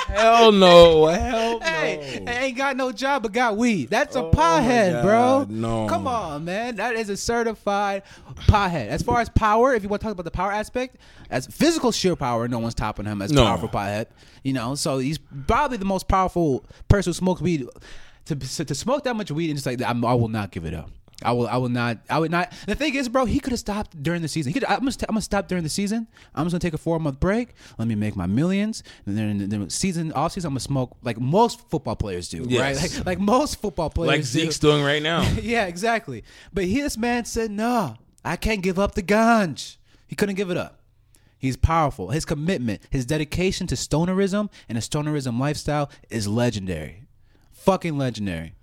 A: Hell no. Hell no.
B: Hey, I ain't got no job but got weed. That's a
A: Oh
B: pothead,
A: my
B: bro.
A: God, no.
B: Come on, man. That is a certified pothead. As far as power, if you want to talk about the power aspect, as physical sheer power, no one's topping him as
A: No.
B: powerful pothead. You know, so he's probably the most powerful person who smokes weed. To, to smoke that much weed and just like I'm, I will not give it up. I will. I will not. I would not. The thing is, bro, he could have stopped during the season. He could. I'm gonna. st- I'm gonna stop during the season. I'm just gonna take a four month break. Let me make my millions. And then, in the season off season, I'm gonna smoke like most football players do.
A: Yes.
B: Right. Like, like most football players.
A: Like
B: do.
A: Zeke's doing right now.
B: *laughs* yeah, exactly. But he, this man said, "No, I can't give up the ganj." He couldn't give it up. He's powerful. His commitment, his dedication to stonerism and a stonerism lifestyle is legendary. Fucking legendary.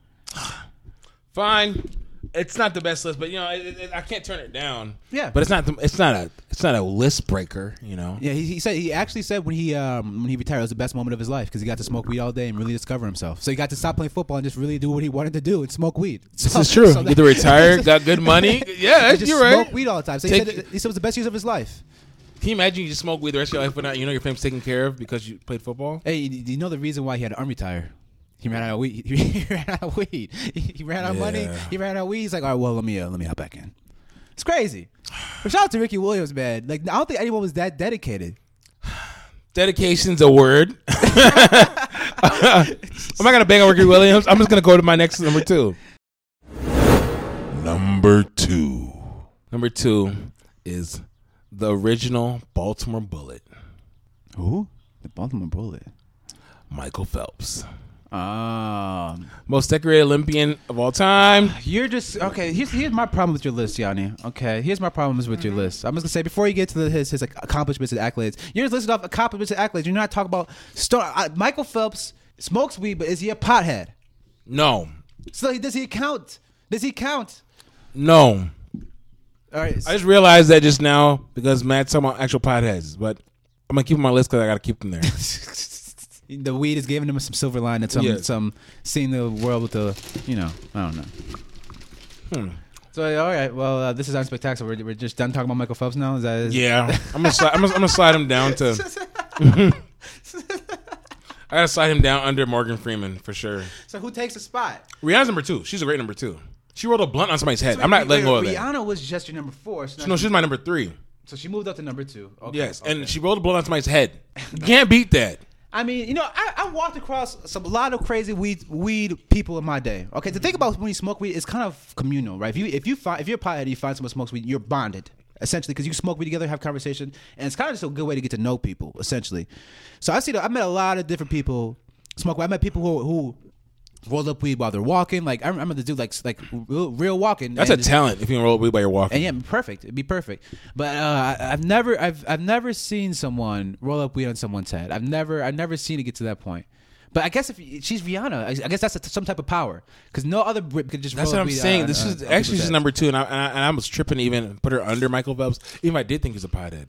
A: Fine. It's not the best list, but you know it, it, I can't turn it down.
B: Yeah.
A: but it's not the, it's not a it's not a list breaker. You know,
B: Yeah, he, he said he actually said when he um, when he retired, it was the best moment of his life because he got to smoke weed all day and really discover himself. So he got to stop playing football and just really do what he wanted to do and smoke weed. *laughs* So,
A: this is true.
B: so that-
A: Get to retire,
B: *laughs*
A: got good money. Yeah,
B: he just
A: you're right.
B: smoked weed all the time. So
A: Take-
B: he, said, it- he said it was the best use of his life.
A: Can you imagine you just smoke weed the rest of your life, but not you know your family's taken care of because you played football?
B: Hey, you- you know the reason why he had to unretire? He ran out of weed. *laughs* He, ran out of weed. He, he ran out of money.
A: Yeah.
B: He ran out of weed. He's like, all right, well, let me uh, let me hop back in. It's crazy. *sighs* But shout out to Ricky Williams, man. Like, I don't think anyone was that dedicated.
A: Dedication's a word. *laughs* I'm not gonna bang on Ricky Williams. I'm just gonna go to my next number two.
C: Number two.
A: Number two is the original Baltimore Bullet,
B: Who? The Baltimore Bullet.
A: Michael Phelps,
B: Um,
A: most decorated Olympian of all time.
B: You're just okay. Here's here's my problem with your list, Yanni. Okay, here's my problems with your list. I'm just gonna say before you get to the, his his like, accomplishments and accolades, you're just listing off accomplishments and accolades. You're not talking about star. I, Michael Phelps smokes weed, but is he a pothead?
A: No,
B: So he- does he count? Does he count?
A: no.
B: All right. s-
A: I just realized that just now because Matt's talking about actual potheads, but I'm gonna keep them on my list because I gotta
C: *laughs*
A: keep them there.
B: *laughs* the weed is giving him some silver line and some
A: Yes.
B: some seeing the world with the you know I don't know.
A: Hmm.
B: So all right, well uh, this is unspectacular. We're, we're just done talking about Michael Phelps now. Is that is
A: yeah, I'm gonna slide, I'm gonna, I'm gonna slide him down to. I gotta slide him down under Morgan Freeman for sure.
B: *laughs* So who takes the spot?
A: Rihanna's number two. She's a great number two. She rolled a blunt on somebody's head. I'm not letting go of that.
B: Rihanna was just your number four. So, now
A: No,
B: she,
A: she's my number three.
B: so she moved up to number two. Okay,
A: Yes,
B: okay.
A: and she rolled a blunt on somebody's *laughs* head. You can't beat that.
B: I mean, you know, I, I walked across some lot of crazy weed weed people in my day. Okay, the thing about when you smoke weed, it's kind of communal, right? If you if you find if you're a pothead, you find someone smokes weed, you're bonded essentially because you smoke weed together, have conversation, and it's kind of just a good way to get to know people essentially. So I see, that I met a lot of different people smoke. weed. I met people who who rolled up weed while they're walking. Like I remember the dude like like real, real walking.
A: That's
B: and
A: a
B: just-
A: talent if you can roll weed while you're walking.
B: and yeah, perfect. It'd be perfect. But uh, I, I've never, I've, I've never seen someone roll up weed on someone's head. I've never, I've never seen it get to that point. But I guess if she's Rihanna, I, I guess that's a, some type of power because no other Brit could just.
A: That's
B: roll
A: what
B: up
A: I'm
B: weed
A: saying.
B: on-
A: this
B: on-
A: is actually
B: on people's
A: she's
B: heads.
A: number two, and I, and, I, and I was tripping to even put her under Michael Phelps. Even if I did think he's a pothead,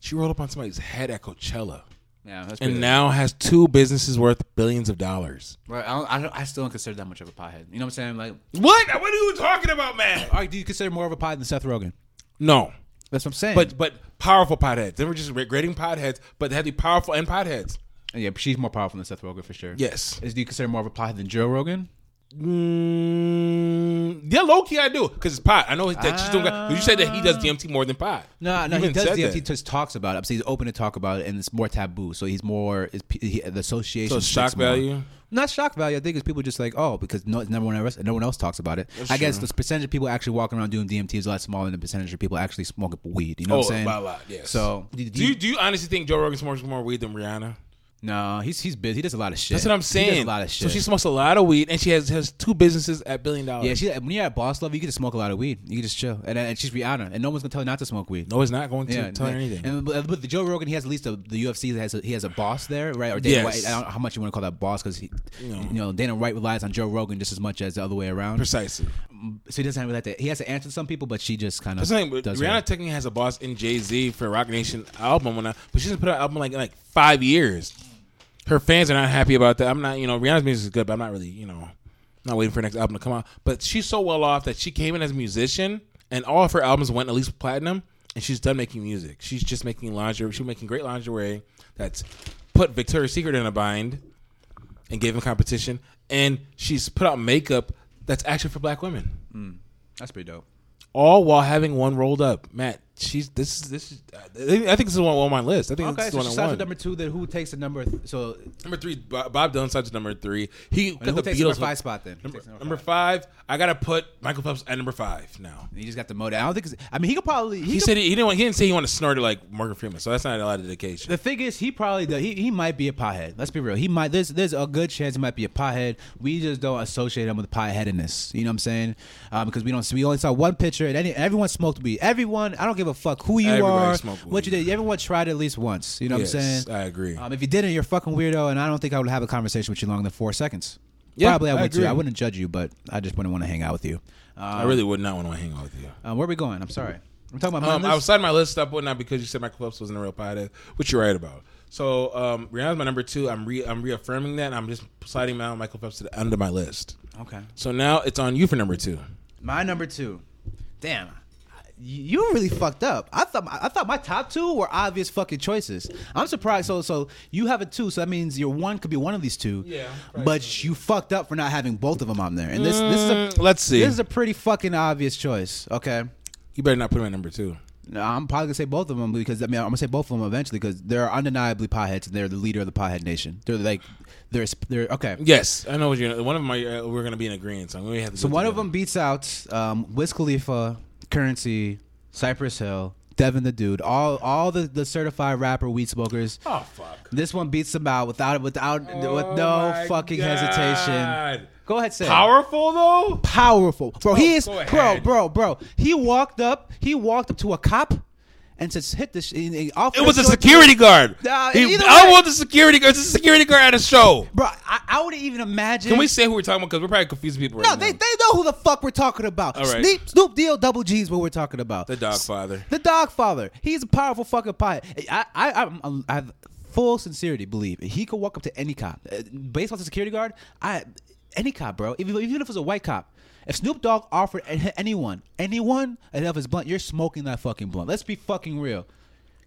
A: she rolled up on somebody's head at Coachella,
B: Yeah, that's
A: and
B: pretty-
A: now has two businesses worth billions of dollars.
B: Right, I, don't, I, don't, I still don't consider that much of a pothead. You know what I'm saying? Like,
A: What? What are you talking about, man?
B: all right, do you consider more of a pothead than Seth Rogen?
A: No,
B: That's what I'm saying.
A: but but powerful potheads. Then we're just regrading potheads, but they have to be powerful and potheads.
B: yeah, but she's more powerful than Seth Rogen for sure.
A: Yes.
B: Is do you consider more of a pothead than Joe Rogan?
A: Mm, yeah, low key I do because it's pot. I know that she's doing.
B: Ah.
A: You said that he does DMT more than pot.
B: No, no,
A: You
B: he
A: even
B: does
A: said
B: DMT.
A: that.
B: Just talks about it. So he's open to talk about it, and it's more taboo. So he's more is he, the association.
A: So shock
B: sticks more.
A: value?
B: Not shock value. I think it's people just like oh because no, it's no one else. No one else talks about it. I guess the percentage of people actually walking around doing DMT is a lot smaller than the percentage of people actually smoking weed. You know what
A: Oh,
B: I'm saying?
A: by a lot, yes.
B: So do,
A: Do you do you honestly think Joe Rogan smokes more weed than Rihanna?
B: no, he's he's busy. He does a lot of shit.
A: That's what I'm saying.
B: He does a lot of shit.
A: So she smokes a lot of weed, and she has has two businesses at billion dollars.
B: yeah, she, when you're at boss level, you can just smoke a lot of weed. You can just chill, and, and she's Rihanna, and no one's gonna tell her not to smoke weed.
A: no, it's not going to tell her
B: and-
A: anything.
B: And but, but the Joe Rogan, he has at least a, the UFC that has a, he has a boss there, right? Or Dana
A: Yes.
B: White. I don't know how much you want to call that boss because you know Dana White relies on Joe Rogan just as much as the other way around. Mm,
A: Precisely.
B: So he doesn't really have to. He has to answer to some people, but she just kind of
A: That's the thing. but
B: does.
A: Rihanna
B: her-
A: technically has a boss in Jay Z for Rock Nation album, when I, but she doesn't put out an album like in like five years. Her fans are not happy about that. I'm not, you know, Rihanna's music is good, but I'm not really, you know, not waiting for her next album to come out. But she's so well off that she came in as a musician, and all of her albums went at least platinum, and she's done making music. She's just making lingerie. She's making great lingerie that's put Victoria's Secret in a bind and gave them competition, and she's put out makeup that's actually for black women
B: That's pretty dope.
A: all while having one rolled up. Matt, she's this is this is. I think this is one on my list. I think this
B: Okay, so
A: is
B: she
A: one
B: starts
A: on one.
B: with number
A: Number,
B: two. Then who takes the number? Th- so
A: three, Bob Bob Dylan starts with number three. He got
B: who
A: the
B: takes
A: Beatles
B: number
A: with-
B: five spot then? Who
A: Number,
B: takes
A: number five, I gotta put Michael Phelps at number five now.
B: He just got the mode. I don't think. It's, I mean, he could probably.
A: He,
B: could-
A: said he, he didn't. want- He didn't say he wanted to snort it like Morgan Freeman, so that's not a lot of dedication.
B: The thing is, he probably does. He, he might be a pothead. Let's be real. He might. There's there's a good chance he might be a pothead. We just don't associate him with potheadedness. You know what I'm saying? Um, because we don't. We only saw one picture, and any, everyone smoked weed. Everyone. I don't give a fuck who you
A: Everybody
B: are,
A: smoked
B: what you
A: weed.
B: did. Everyone tried at least once. You know
A: Yes,
B: what I'm saying?
A: I agree.
B: Um, if you didn't, you're a fucking weirdo, and I don't think I would have a conversation with you longer than four seconds.
A: Yeah,
B: Probably I
A: I
B: would too.
A: agree.
B: I wouldn't judge you, but I just wouldn't want to hang out with you. Um,
A: I really would not want to hang out with you.
B: um, where are we going? I'm sorry. I'm talking about
A: Um,
B: my
A: outside my list, stop whatnot because you said Michael Phelps wasn't a real pothead, which you're right about. So um, Rihanna's my number two. I'm re- I'm reaffirming that. and I'm just sliding down Michael Phelps to the end of my list.
B: Okay.
A: So now it's on you for number two.
B: My number two. Damn. You you really fucked up. I thought I thought my top two were obvious fucking choices. I'm surprised. So so you have a two, so that means your one could be one of these two.
A: Yeah, right.
B: But you fucked up for not having both of them on there. And this this is a
A: Mm, let's see.
B: This is a pretty fucking obvious choice. Okay.
A: You better not put him at number two.
B: No, I'm probably gonna say both of them because I mean I'm gonna say both of them eventually because they're undeniably potheads and they're the leader of the pothead nation. They're like they're sp- they're okay.
A: Yes, I know what you're. One of them, are, uh, we're going to be in agreement. So I'm going to have to.
B: So
A: do it
B: one of
A: together.
B: them beats out um, Wiz Khalifa, Currency, Cypress Hill, Devin the Dude, all all the, the certified rapper weed smokers.
A: Oh fuck!
B: This one beats them out without without
A: Oh,
B: with no
A: my
B: fucking
A: God.
B: hesitation. Go ahead, say it.
A: Powerful though.
B: powerful, bro. he is,
A: Oh, go
B: bro,
A: ahead.
B: bro, bro. He walked up, he walked up to a cop, and says, "Hit this." And, and
A: It was a security guard.
B: Nah,
A: He-
B: either
A: I
B: way.
A: want the security guard. It's a security guard at a show.
B: Bro, I, I wouldn't even imagine.
A: Can we say who we're talking about? Because we're probably confusing people.
B: No,
A: right
B: they,
A: now.
B: they know who the fuck we're talking about.
A: All right.
B: Snoop, Snoop Deal Double G is what we're talking about.
A: the dog father.
B: The dog father. He's a powerful fucking pilot. I, I, I'm- I'm- I, have full sincerity believe he could walk up to any cop, Uh, based off the security guard. I, any cop, bro. Even, even if it was a white cop. If Snoop Dogg offered a- anyone, anyone enough his blunt, you're smoking that fucking blunt. Let's be fucking real.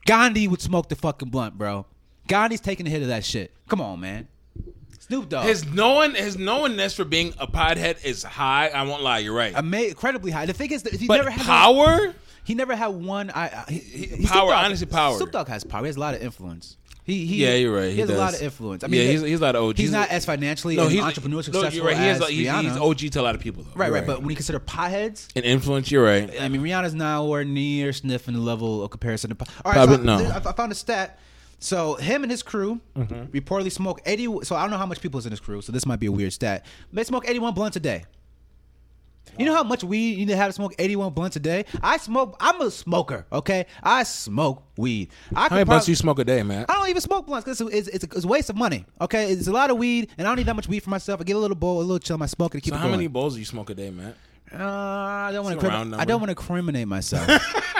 B: Gandhi would smoke the fucking blunt, bro. Gandhi's taking a hit of that shit. Come on, man. Snoop Dogg.
A: His knowing his knowingness for being a podhead is high. I won't lie. You're right.
B: ama- incredibly high. The thing is, that he
A: But
B: never had
A: power.
B: He never had one. I, I he, he-
A: Power,
B: Snoop Dogg-
A: honestly, power.
B: Snoop Dogg has power. He has a lot of influence. He, he
A: Yeah, you're right.
B: He,
A: He
B: has a
A: does.
B: lot of influence. I mean,
A: Yeah,
B: he-
A: he's- he's a lot of OG.
B: He's not as financially no, he's, entrepreneur successful
A: No, you're right. He
B: as
A: has, he's,
B: Rihanna.
A: he's OG to a lot of people. Though.
B: right,
A: You're
B: right. But when you consider potheads,
A: and influence. You're right.
B: I mean, Rihanna's nowhere near sniffing the level of comparison to. Pop. All right,
A: Probably
B: so I,
A: no.
B: there- I- I found a stat. So him and his crew
A: Mm-hmm.
B: reportedly smoke eighty. So I don't know how much people is in his crew. So this might be a weird stat. They smoke eighty-one blunts a day. You know how much weed you need to have to smoke eighty-one blunts a day. I smoke. I'm a smoker. Okay, I smoke weed. I
A: How many blunts do you smoke a day, Matt?
B: I don't even smoke blunts because it's, it's, it's a waste of money. Okay, it's a lot of weed, and I don't need that much weed for myself. I get a little bowl, a little chum. I smoke it, to keep
A: So
B: it
A: how
B: going.
A: many bowls do you smoke a day, Matt?
B: Uh, I don't want
A: It's
B: to.
A: a round
B: Crimi- I
A: number.
B: don't want to
A: *laughs*
B: criminate myself.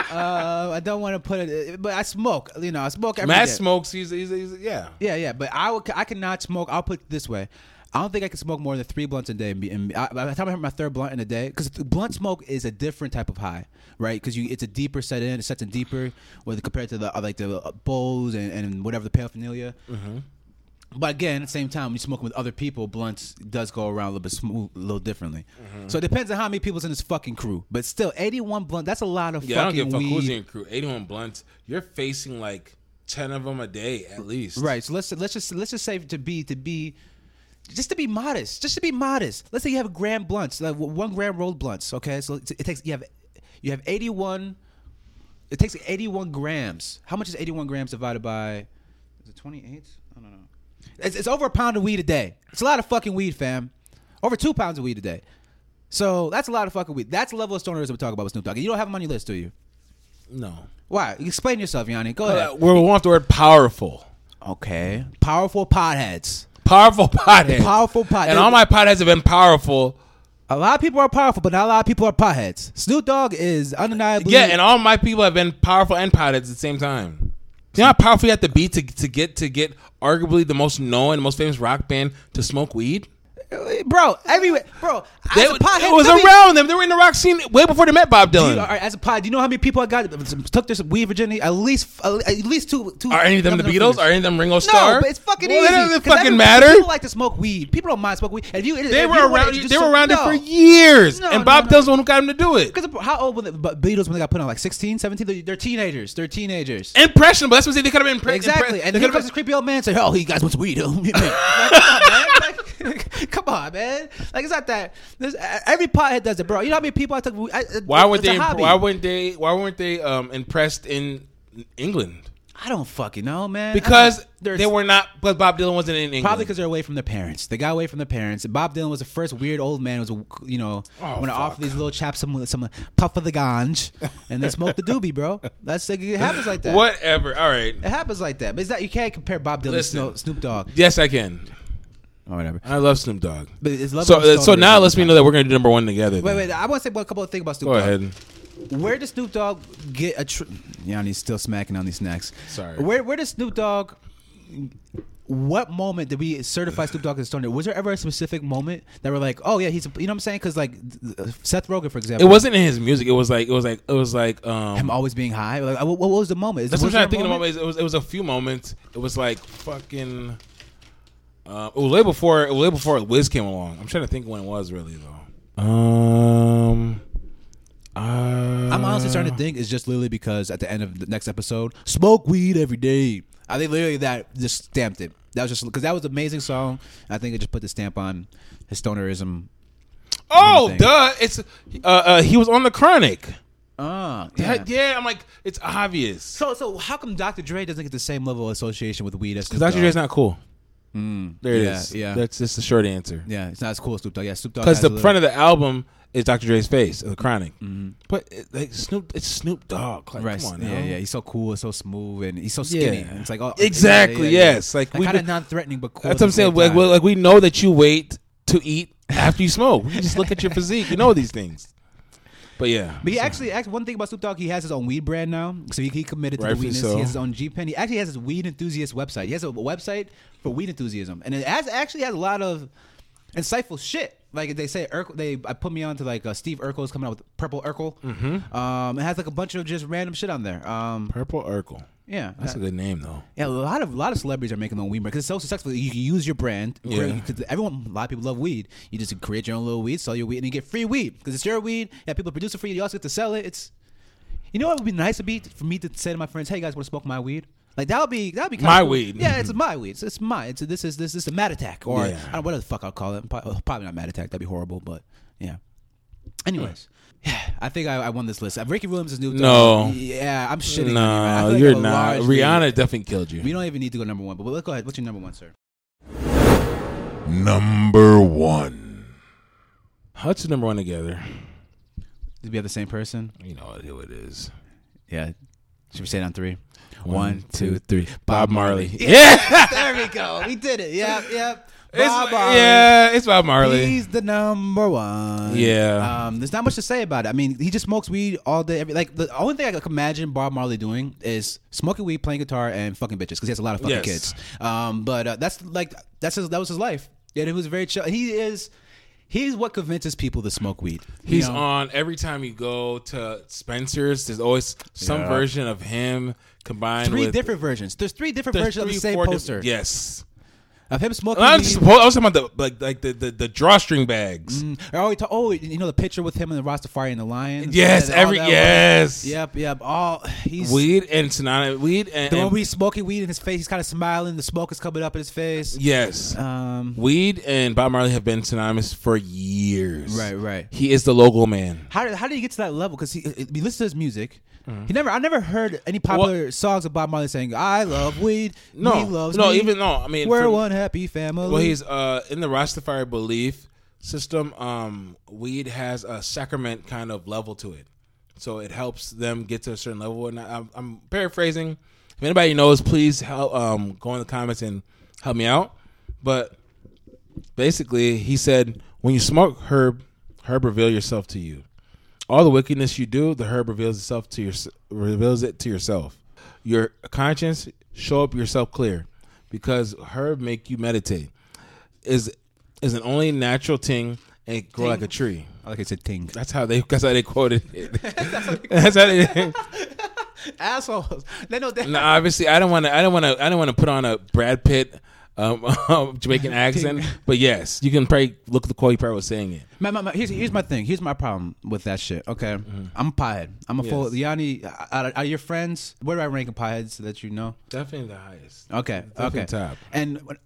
B: uh, I don't want to put it. But I smoke. You know, I smoke every day.
A: Matt smokes. He's, he's, he's yeah.
B: Yeah, yeah. But I would. I cannot smoke. I'll put it this way. I don't think I can smoke more than three blunts a day. And be, and I, by the time I hit my third blunt in a day, because blunt smoke is a different type of high, right? Because you, it's a deeper set in, it sets in
A: Mm-hmm.
B: deeper, whether compared to the uh, like the uh, bowls and, and whatever the paraphernalia. But again, at the same time, when you're smoking with other people, blunts does go around a little bit smooth, a little differently.
A: Mm-hmm.
B: So it depends on how many people's in this fucking crew. But still, 81 blunt, that's a lot of
A: Yeah, I don't
B: fucking
A: give a fuck
B: weed.
A: who's in your crew. 81 blunts. You're facing like 10 of them a day at least.
B: Right. So let's let's just let's just say to be to be just to be modest, just to be modest. Let's say you have gram blunts, like w- one gram rolled blunts. Okay, so it it takes you have you have eighty one. It takes eighty one grams. How much is eighty one grams divided by? Is it twenty eight? I don't know. It's, it's over a pound of weed a day. It's a lot of fucking weed, fam. Over two pounds of weed a day. So that's a lot of fucking weed. That's the level of stonerism we talk about with Snoop Dogg. You don't have him on your list, do you?
A: No.
B: Why? Explain yourself, Yanni. Go
A: Uh,
B: ahead.
A: we want the word powerful.
B: Okay. Powerful potheads.
A: Powerful pothead.
B: Powerful pothead. Mm.
A: And all my potheads have been powerful.
B: A lot of people are powerful, but not a lot of people are potheads. Snoop Dogg is undeniably
A: Yeah, and all my people have been powerful and potheads at the same time. You know how powerful you have to be to, to get to get arguably the most known, most famous rock band to smoke weed?
B: bro everywhere, bro.
A: They-
B: as a pothead,
A: it was
B: how many-
A: around them. They were in the rock scene way before they met Bob
B: Do
A: Dylan.
B: you- all right, as a pod, do you know how many people I got that took this weed virginity? At least, at least two. two
A: Are any of them the
B: thumbs
A: Beatles?
B: up
A: Are any of them Ringo Starr?
B: No, but it's fucking
A: Well,
B: easy.
A: It doesn't
B: 'cause
A: fucking
B: every-
A: matter.
B: People like to smoke weed. People don't mind smoke weed. If you,
A: They were around. They were around it for years,
B: No,
A: and
B: no,
A: Bob
B: no.
A: Dylan's the one who got him to do it.
B: Because how old were the Be- Beatles when they got put on? Like 16, 17? They're, they're teenagers. They're teenagers.
A: Impressionable. That's what I'm saying. They could have been impre-
B: Exactly.
A: impre-
B: and
A: they
B: here
A: could
B: comes
A: have
B: this creepy old man and say, Oh, you guys want some weed? *laughs* huh?" Like, come on, man. Like, *laughs* come on, man. Like, it's not that. There's, every pothead does it, bro. You know how many people I took. I, uh,
A: Why would
B: it's a
A: they?
B: hobby.
A: Why weren't they? Why weren't they um, impressed in England?
B: I don't fucking know, man. I
A: Because
B: don't- there's-
A: they were not. But Bob Dylan wasn't in England.
B: Probably because they're away from their parents. They got away from their parents. Bob Dylan was the first weird old man. who was you know
A: Oh,
B: when I
A: fuck.
B: offer these little chaps some some puff of the ganj, and they smoke the doobie, bro. That's like, it happens like that.
A: Whatever. All right.
B: It happens like that. But it's not you can't compare Bob Dylan
A: Listen.
B: to Snoop- Snoop Dogg
A: Yes, I can.
B: or whatever.
A: I love Snoop Dogg.
B: But it's
A: So, uh, so now it lets me know that we're gonna do number one together.
B: Wait,
A: then.
B: wait. I want to say one couple of things about Snoop
A: Go
B: Dogg.
A: ahead.
B: Where does Snoop Dogg get a? Tr- Yanni's still smacking on these snacks.
A: Sorry.
B: Where Where does Snoop Dogg? What moment did we certify Snoop Dogg as stoner? Was there ever a specific moment that we're like, oh yeah, he's a, you know what I'm saying? Because like th- th- Seth Rogen, for
A: It
B: example,
A: wasn't in his music. It was like. It was like. It was like. Um,
B: him always being high. Like, what, what was the moment? Is-
A: That's what I'm
B: was
A: trying to
B: there
A: think
B: a
A: about. It was it was a few moments. It was like fucking. Uh, it was way before. It was way before Wiz came along. I'm trying to think when it was really though. Um. Uh,
B: I'm
A: I'm
B: honestly starting to think it's just literally because at the end of the next episode, smoke weed every day. I think literally that just stamped it. That was just because that was an amazing song. I think it just put the stamp on his stonerism.
A: Oh,
B: think.
A: duh! It's uh, uh, he was on the Chronic.
B: Ah,
A: Yeah.
B: yeah.
A: I'm like it's obvious.
B: So, so how come Dr. Dre doesn't get the same level of association with weed as Snoop
A: Because Dr.
B: Dogg?
A: Dre's not cool. there it
B: Mm, yeah,
A: is.
B: yeah.
A: That's just the short answer.
B: yeah, it's not as cool as Snoop Dogg. Yeah, Snoop Dogg.
A: Because
B: has
A: the
B: a
A: front of the album is Dr. Dre's face, the Chronic. But it, like Snoop, it's Snoop Dogg. Like,
B: Mm-hmm. Right,
A: come on,
B: yeah,
A: now.
B: yeah. He's so cool, so smooth, and he's so skinny.
A: Yeah.
B: It's like oh,
A: Exactly, yes. Like, we
B: kind of
A: did-
B: non-threatening, but cool.
A: That's what I'm saying. Like, well, like we know that you wait to eat after you smoke. We just look at your physique. You know these things. But yeah,
B: But he actually, actually, one thing about Snoop Dogg, he has his own weed brand now. So he, he committed to
A: Rightfully
B: the weedness.
A: so.
B: He has his own G Pen. He actually has his weed enthusiast website. He has a website for weed enthusiasm, and it has actually has a lot of insightful shit. Like they say, Urkel, they I put me on to like uh, Steve Urkel's coming out with Purple Urkel. Mm-hmm. Um, it has like a bunch of just random shit on there. Um,
A: Purple Urkel.
B: yeah,
A: That's a good name though.
B: yeah, a lot of a lot of celebrities are making their own weed brand because it's so successful. You can use your brand.
A: Yeah.
B: Create, you could- everyone, a lot of people love weed. You just create your own little weed, sell your weed, and you get free weed because it's your weed. Yeah, people produce it for you. You also get to sell it. It's, you know, what would be nice to be for me to say to my friends, "Hey, you guys, want to smoke my weed?" Like that would be that would be kinda
A: My weed.
B: Yeah, it's my weed. It's, it's my. It's this is this is the Mad Attack or
A: Yeah.
B: I don't know what the fuck I'll call it. Pro- uh, Probably not Mad Attack. That'd be horrible. But yeah. Anyways. Yeah, *sighs* I think I, I won this list. Ricky Williams is new.
A: No.
B: yeah, I'm shitting. on you, man. I
A: No,
B: feel like I
A: you're
B: have a
A: not.
B: large lead.
A: Rihanna definitely killed you.
B: We don't even need to go number one, but let's go ahead. What's your number one, sir?
C: Number one.
A: Hutch number one together.
B: Did we have the same person?
A: You know who it is.
B: Yeah. Should we say it on three?
A: One, two,
B: three.
A: Bob Marley. *laughs* Yeah,
B: there we go. We did it. Yep, yep. Bob
A: it's,
B: Marley.
A: yeah, it's Bob Marley.
B: He's the number one.
A: Yeah.
B: Um, there's not much to say about it. I mean, he just smokes weed all day. Every like the only thing I can imagine Bob Marley doing is smoking weed, playing guitar, and fucking bitches because he has a lot of fucking
A: Yes.
B: kids. Um, but uh, that's like that's his, that was his life. Yeah, he was very chill. He is. He's what convinces people to smoke weed. you
A: He's
B: know?
A: on every time you go to Spencer's. There's always some
B: Yeah.
A: version of him combined
B: three
A: with
B: different versions. There's three different
A: there's
B: versions of
A: three,
B: the same
A: four diff-
B: poster.
A: yes,
B: of him smoking.
A: I'm
B: weed.
A: just, I was talking about the like like the the, the drawstring bags.
B: Oh, he ta- oh, you know the picture with him and the Rastafari and the lion.
A: Yes,
B: all
A: every-
B: that was-
A: yes.
B: Yep, yep. All he's
A: Weed and synonymous weed and,
B: the one
A: and-
B: where he's smoking weed in his face. He's kind of smiling. The smoke is coming up in his face.
A: yes,
B: Um,
A: weed and Bob Marley have been synonymous for years.
B: Right, right.
A: He is the logo man.
B: how did how did he get to that level? Because he, uh, he listens to his music. He never I never heard any popular songs of Bob Marley saying "I love weed."
A: No,
B: he loves
A: no,
B: me.
A: even no. I mean,
B: We're
A: for-
B: one happy family.
A: Well, he's uh, in the Rastafari belief system. Um, weed has a sacrament kind of level to it, so it helps them get to a certain level. And I, I'm, I'm paraphrasing. If anybody knows, please help. Um, go in the comments and help me out. But basically, he said, when you smoke herb, herb reveal yourself to you. All the wickedness you do, the herb reveals itself to your reveals it to yourself. Your conscience show up yourself clear, because herb make you meditate. Is is an only natural thing and it grow like a tree.
B: like I said, ting
A: That's how they. That's how they quoted it. *laughs* that's how *laughs* they.
B: assholes. They know
A: *laughs*
B: that.
A: No, obviously, I don't want to. I don't want to. I don't want to put on a Brad Pitt um, *laughs* um, Jamaican accent. But yes, you can probably look at the quote. You probably was saying it.
B: My, my, my, here's, here's my thing. Here's my problem with that shit. Okay, I'm a piehead. I'm a full Yanni. Out of, out of your friends, where do I rank in pieheads that you know?
A: Definitely the highest.
B: Okay,
A: Definitely
B: okay.
A: top.
B: And when-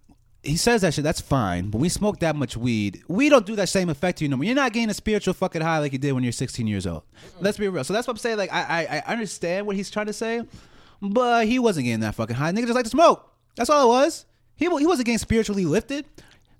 B: he says that shit. That's fine. But we smoke that much weed. We don't do that same effect to you no more. You're not getting a spiritual fucking high like you did when you're 16 years old. Let's be real. So that's what I'm saying. Like I I, I understand what he's trying to say, but he wasn't getting that fucking high. Nigga just like to smoke. That's all it was. He wa- he wasn't getting spiritually lifted.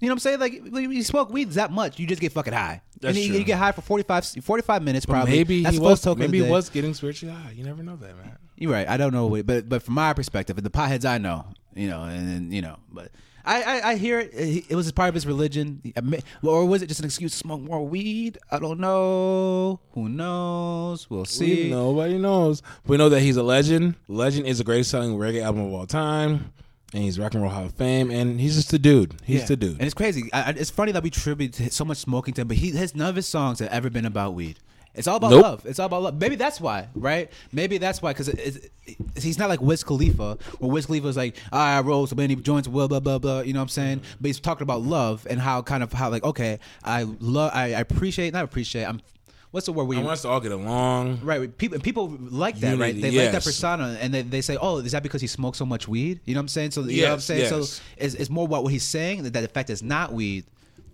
B: You know what I'm saying? Like when you smoke weed that much, you just get fucking high.
A: That's
B: and you,
A: true.
B: you get high for 45, 45 minutes probably.
A: Maybe
B: That's
A: he
B: the first
A: was.
B: token of
A: Maybe
B: the
A: he
B: day.
A: was getting spiritually high. You never know that, man.
B: You're right. I don't know, what, but but from my perspective, the potheads I know, you know, and, and you know, but I, I, I hear it. It was part of his religion, He admit- well, or was it just an excuse to smoke more weed? I don't know. Who knows? We'll see.
A: We- nobody knows. We know that he's a legend. Legend is the greatest selling reggae album of all time, and he's rock and roll hall of fame. And he's just a dude. He's
B: Yeah.
A: the dude.
B: and it's crazy. I, I- it's funny that we tribute to so much smoking to him, but he, his none of his songs have ever been about weed. It's all about
A: Nope.
B: love. It's all about love. Maybe that's why, right? Maybe that's why, because it, it, he's not like Wiz Khalifa, where Wiz Khalifa is like, "Ah, I roll so many joints, blah blah blah blah. You know what I'm saying?
A: Mm-hmm.
B: But he's talking about love and how kind of how like, okay, I love, I, I appreciate, not appreciate. I'm, what's the word? Where
A: I
B: you,
A: want us to all get along.
B: Right, people people like that, right?
A: Unity,
B: They like
A: yes.
B: that persona, and they, they say, "Oh, is that because he smoked so much weed?" You know what I'm saying? So you know what I'm
A: Yes,
B: saying.
A: yes.
B: So it's, it's more about what he's saying that, that the fact that it's not weed,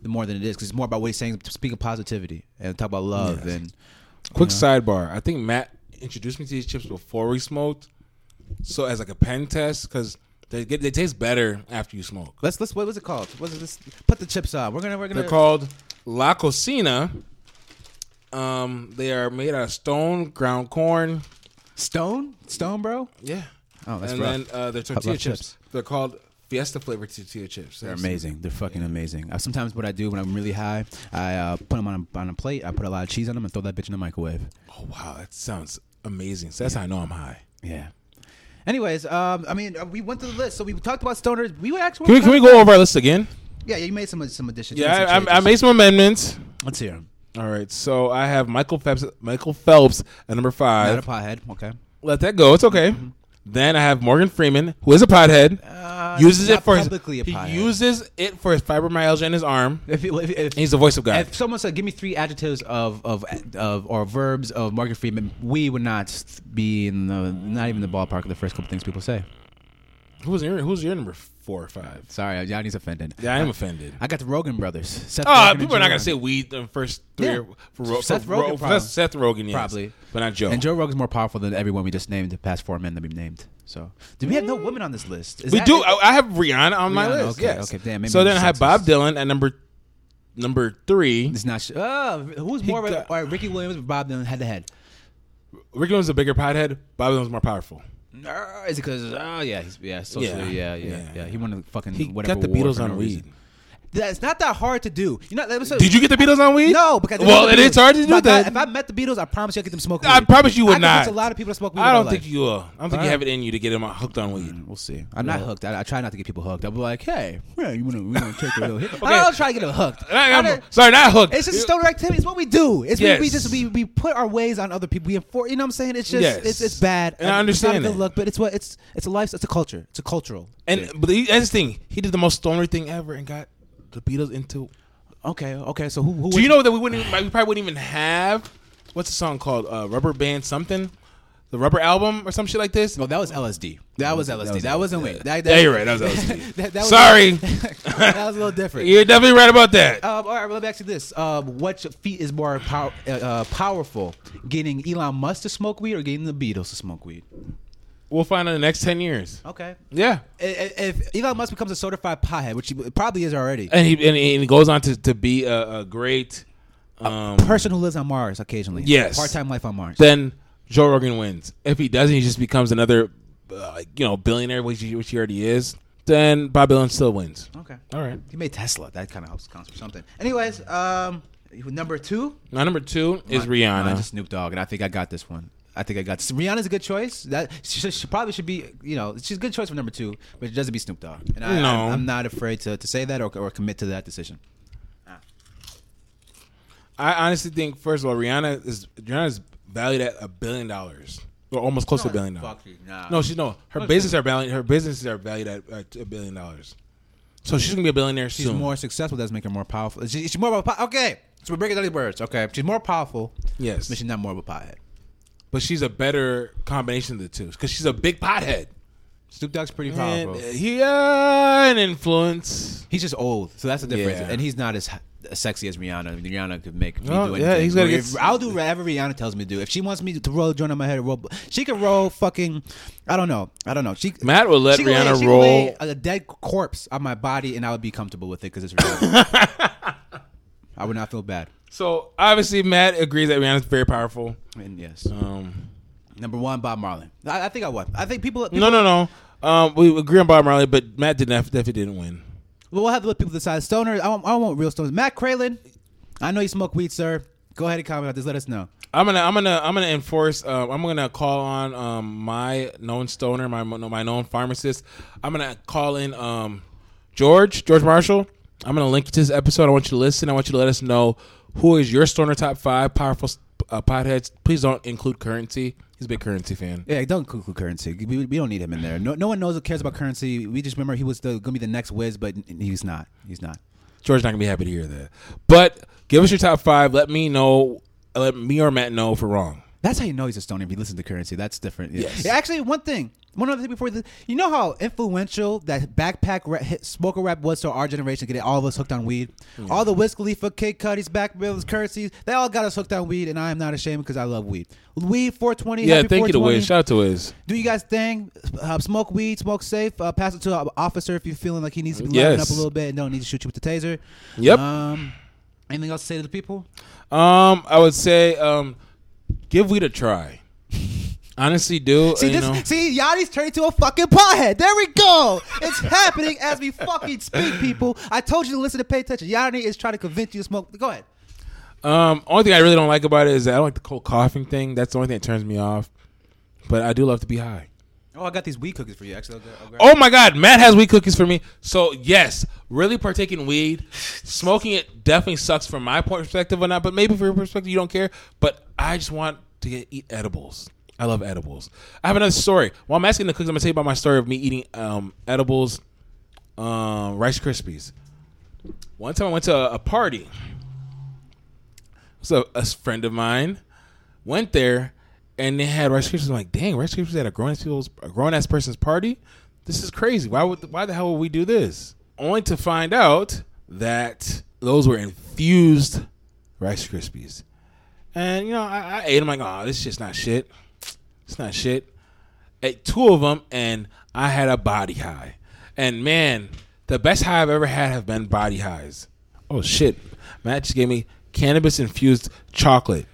B: the more than it is because it's more about what he's saying. Speak of positivity and talk about love and
A: Quick sidebar. I think Matt introduced me to these chips before we smoked, so as like a pen test because they get they taste better after you smoke.
B: let's let's what was it called? What is this? Put the chips on. We're gonna we're gonna
A: They're called La Cocina. Um, they are made out of stone ground corn.
B: stone stone, bro.
A: Yeah.
B: Oh, that's
A: and then
B: rough.
A: uh, they're tortilla
B: rough
A: chips.
B: chips.
A: They're called Fiesta flavored tortilla chips.
B: They're amazing. They're fucking amazing. Uh, sometimes what I do when I'm really high, I uh, put them on a, on a plate. I put a lot of cheese on them and throw that bitch in the microwave.
A: Oh wow, that sounds amazing. So that's how I know I'm high.
B: Yeah. Anyways, um, I mean, uh, we went through the list, so we talked about stoners. We were actually
A: Can we, can we go over our list again?
B: Yeah, you made some some additions. You made
A: Yeah,
B: some
A: I, I, I
B: changes.
A: made some amendments.
B: Let's hear him.
A: All right, so I have Michael Phelps, Michael Phelps at number
B: Not a
A: five.
B: pothead. Okay.
A: Let that go. It's okay. Then I have Morgan Freeman, who is a pothead,
B: Uh,
A: uses
B: not
A: it for
B: publicly a
A: his,
B: pothead.
A: he uses it for his fibromyalgia in his arm.
B: If, you- if, if,
A: And he's the voice of God.
B: if someone said, "Give me three adjectives of of of or verbs of Morgan Freeman," we would not be in the not even the ballpark of the first couple things people say.
A: who's your Who's your number four or five?
B: Sorry, Johnny's offended.
A: Yeah, I am offended.
B: I got the Rogan brothers. Seth
A: Oh,
B: Rogen and
A: people are not
B: Joe
A: gonna
B: Rogan.
A: say weed the first three
B: Yeah.
A: or for, Ro-
B: Seth
A: for
B: Rogan
A: Ro- for
B: probably.
A: Seth Rogan, yes.
B: Probably.
A: but not Joe.
B: And Joe Rogan's more powerful than everyone we just named the past four men that we've named. So, do we have no women on this list? Is
A: we
B: that-
A: do. I, I have Rihanna on my
B: Rihanna,
A: list.
B: okay,
A: yes.
B: okay, damn, maybe
A: so
B: I'm
A: then I have
B: sexist.
A: Bob Dylan at number number three.
B: It's not. Oh, who's more?
A: got-
B: all right, Ricky Williams, or Bob Dylan, head to head.
A: Ricky Williams is a bigger pothead. Bob Dylan's more powerful.
B: Uh, is it because? Oh yeah, he's, yeah, socially,
A: Yeah,
B: yeah, yeah, yeah,
A: yeah.
B: He won the fucking
A: He
B: whatever.
A: got the
B: award
A: Beatles
B: for
A: on
B: no
A: weed.
B: reason. That's not that hard to do. You know, that was-
A: Did you get the Beatles on weed?
B: No, because I
A: well,
B: listen
A: it
B: the
A: is hard to
B: Beatles. My
A: do
B: God,
A: that.
B: If I met the Beatles, I promise you I get them smoking.
A: I
B: weed.
A: promise you would
B: I
A: not.
B: It's a lot of people that smoke weed.
A: I
B: in
A: don't
B: my
A: think
B: life.
A: you will. I don't think
B: Alright.
A: you have it in you to get them hooked on weed.
B: We'll see. I'm not hooked. I, I try not to get people hooked. I'll be like, hey, yeah, you want to take
A: *laughs*
B: a little hit? I'll try to get them hooked.
A: And I- I'm-
B: I don't-
A: sorry, not hooked.
B: It's just stoner activity. It's what we do. It's we, we
A: Yes.
B: just we, we put our ways on other people. We enforce. You know what I'm saying? It's just
A: Yes.
B: it's, it's bad.
A: And I understand
B: it's not a good
A: that.
B: look, but it's what it's it's a life. It's a culture. It's a cultural.
A: And but he, that's the thing. He did the most stoner thing ever and got the Beatles into.
B: Okay. Okay. So who? who
A: Do you know that we wouldn't? We probably wouldn't even have. What's the song called? Uh, Rubber Band something, the Rubber album or some shit like this.
B: No, Oh, that was LSD. That was LSD. That,
A: was
B: was not weed. That,
A: Yeah, you're right. That
B: *laughs*
A: was LSD.
B: that- that was-
A: Sorry.
B: *laughs* that was a little different.
A: You're definitely right about that.
B: Um, all right, well, let me ask you this: um, What feat is more pow- uh, uh, powerful, getting Elon Musk to smoke weed or getting the Beatles to smoke weed?
A: We'll find out in the next ten years.
B: Okay.
A: Yeah,
B: I- I- If Elon Musk becomes a certified pothead, which he probably is already,
A: and he and he and he goes on to to be a, a great. Um,
B: person who lives on Mars occasionally,
A: Yes.
B: part-time life on Mars.
A: then Joe Rogan wins. If he doesn't, he just becomes another, uh, you know, billionaire, which he, which he already is. Then Bob Dylan still wins.
B: okay.
A: All right.
B: He made Tesla. That kind of helps counts for something. Anyways, um, number two
A: Now number two is
B: Mine
A: Rihanna.
B: is Snoop Dogg, and I think I got this one. I think I got this. Rihanna's a good choice. That she, should- she probably should be, you know, she's a good choice for number two, but it doesn't be Snoop Dogg. And I,
A: No.
B: I'm, I'm not afraid to, to say that or, or commit to that decision.
A: I honestly think first of all, Rihanna is Rihanna's valued at a billion dollars. Or almost close to a billion dollars.
B: fuck you, nah.
A: No, she no. Her business are valued her businesses are valued at at a billion dollars. So she's gonna be a billionaire
B: She's
A: soon.
B: more successful. Doesn't make her more powerful. She, she's more of a po- okay. So we're breaking down these words. Okay, she's more powerful,
A: yes.
B: but she's not more of a pothead.
A: But she's a better combination of the two. Because she's a big pothead.
B: Snoop Dogg's pretty
A: And
B: powerful.
A: he uh, an influence.
B: He's just old, so that's the difference.
A: Yeah.
B: And he's not as as sexy as Rihanna. Rihanna could make me
A: Oh,
B: do anything.
A: yeah, he's gotta get
B: If- I'll do whatever Rihanna tells me to do. If she wants me to roll a joint on my head, roll. She can roll fucking. I don't know. I don't know. She
A: Matt will let
B: she can lay-
A: Rihanna
B: she can lay
A: roll.
B: a dead corpse on my body, and I would be comfortable with it because it's
A: *laughs*
B: Rihanna. I would not feel bad.
A: So obviously Matt agrees that Rihanna's very powerful.
B: And yes,
A: Um
B: number one, Bob Marley. I, I think I won. I think people. people
A: No no no. Um, we agree on Bob Marley, but Matt did not definitely didn't win.
B: We'll have to let people decide. Stoner. I want, I want real stoners. Matt Craylan. I know you smoke weed, sir. Go ahead and comment on this. Let us know.
A: I'm gonna, I'm gonna, I'm gonna enforce. Uh, I'm gonna call on um, my known stoner, my my known pharmacist. I'm gonna call in um, George, George Marshall. I'm gonna link you to this episode. I want you to listen. I want you to let us know who is your stoner top five powerful uh, potheads. Please don't include currency. He's a big currency fan.
B: Yeah, don't cuckoo currency. We, we don't need him in there. No, no one knows or cares about currency. We just remember he was the, gonna be the next whiz, but he's not. He's not.
A: George's not gonna be happy to hear that. But give us your top five. Let me know. Let me or Matt know if we're wrong.
B: That's how you know he's a stoner if you listen to currency. That's different. Yeah.
A: Yes.
B: Yeah, actually, one thing, one other thing before this, you know how influential that backpack ra- hit, smoker rap was to our generation, getting all of us hooked on weed. All the Wiz Khalifa, Kid Cudi's, Back Bills, currencies, they all got us hooked on weed, and I am not ashamed because I love weed. Weed 420.
A: Yeah,
B: happy
A: thank you to
B: 420.
A: Wiz. Shout out to Wiz.
B: Do you guys thing? Uh, smoke weed, smoke safe. Uh, pass it to an officer if you're feeling like he needs to be lining
A: Yes.
B: up a little bit and don't need to shoot you with the taser.
A: Yep.
B: Um, anything else to say to the people?
A: Um, I would say um, give weed a
B: *laughs*
A: try. Honestly, do
B: See
A: you
B: this?
A: know?
B: See Yachty's turned into a fucking pothead. There we go. *laughs* It's happening as we fucking speak, people. I told you to listen to pay attention. Yachty is trying to convince you to smoke. Go ahead.
A: Um, only thing I really don't like about it is that I don't like the cold coughing thing. That's the only thing that turns me off. But I do love to be high.
B: Oh, I got these weed cookies for you. Actually, I'll, go- I'll grab.
A: Oh my God, Matt has weed cookies for me. So yes, really partaking weed, smoking it definitely sucks from my point perspective or not. But maybe from your perspective, you don't care. But I just want to get, eat edibles. I love edibles. I have another story. While I'm asking the cookies, I'm gonna tell you about my story of me eating um, edibles, um, Rice Krispies. One time I went to a, a party. So a s- friend of mine went there and they had Rice Krispies. I'm like, dang, Rice Krispies at a grown ass people's a grown ass person's party. This is crazy. Why would why the hell would we do this? Only to find out that those were infused Rice Krispies. And you know, I, I ate them like, oh, this shit's not shit. It's not shit. Ate Eh, two of them and I had a body high. And man, the best high I've ever had have been body highs. Oh shit. Matt just gave me cannabis infused chocolate.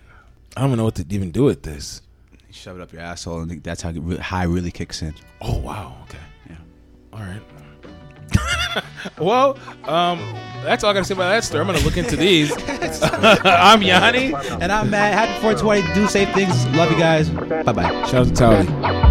A: I don't know what to even do with this.
B: You shove it up your asshole, and that's how high really kicks in.
A: Oh wow, okay.
B: Yeah.
A: All right. *laughs* well, um, that's all I gotta say about that story. I'm gonna look into these. *laughs* I'm Yanni.
B: And I'm Matt. Happy 420. Do safe things. Love you guys. Bye bye.
A: Shout out to Tally.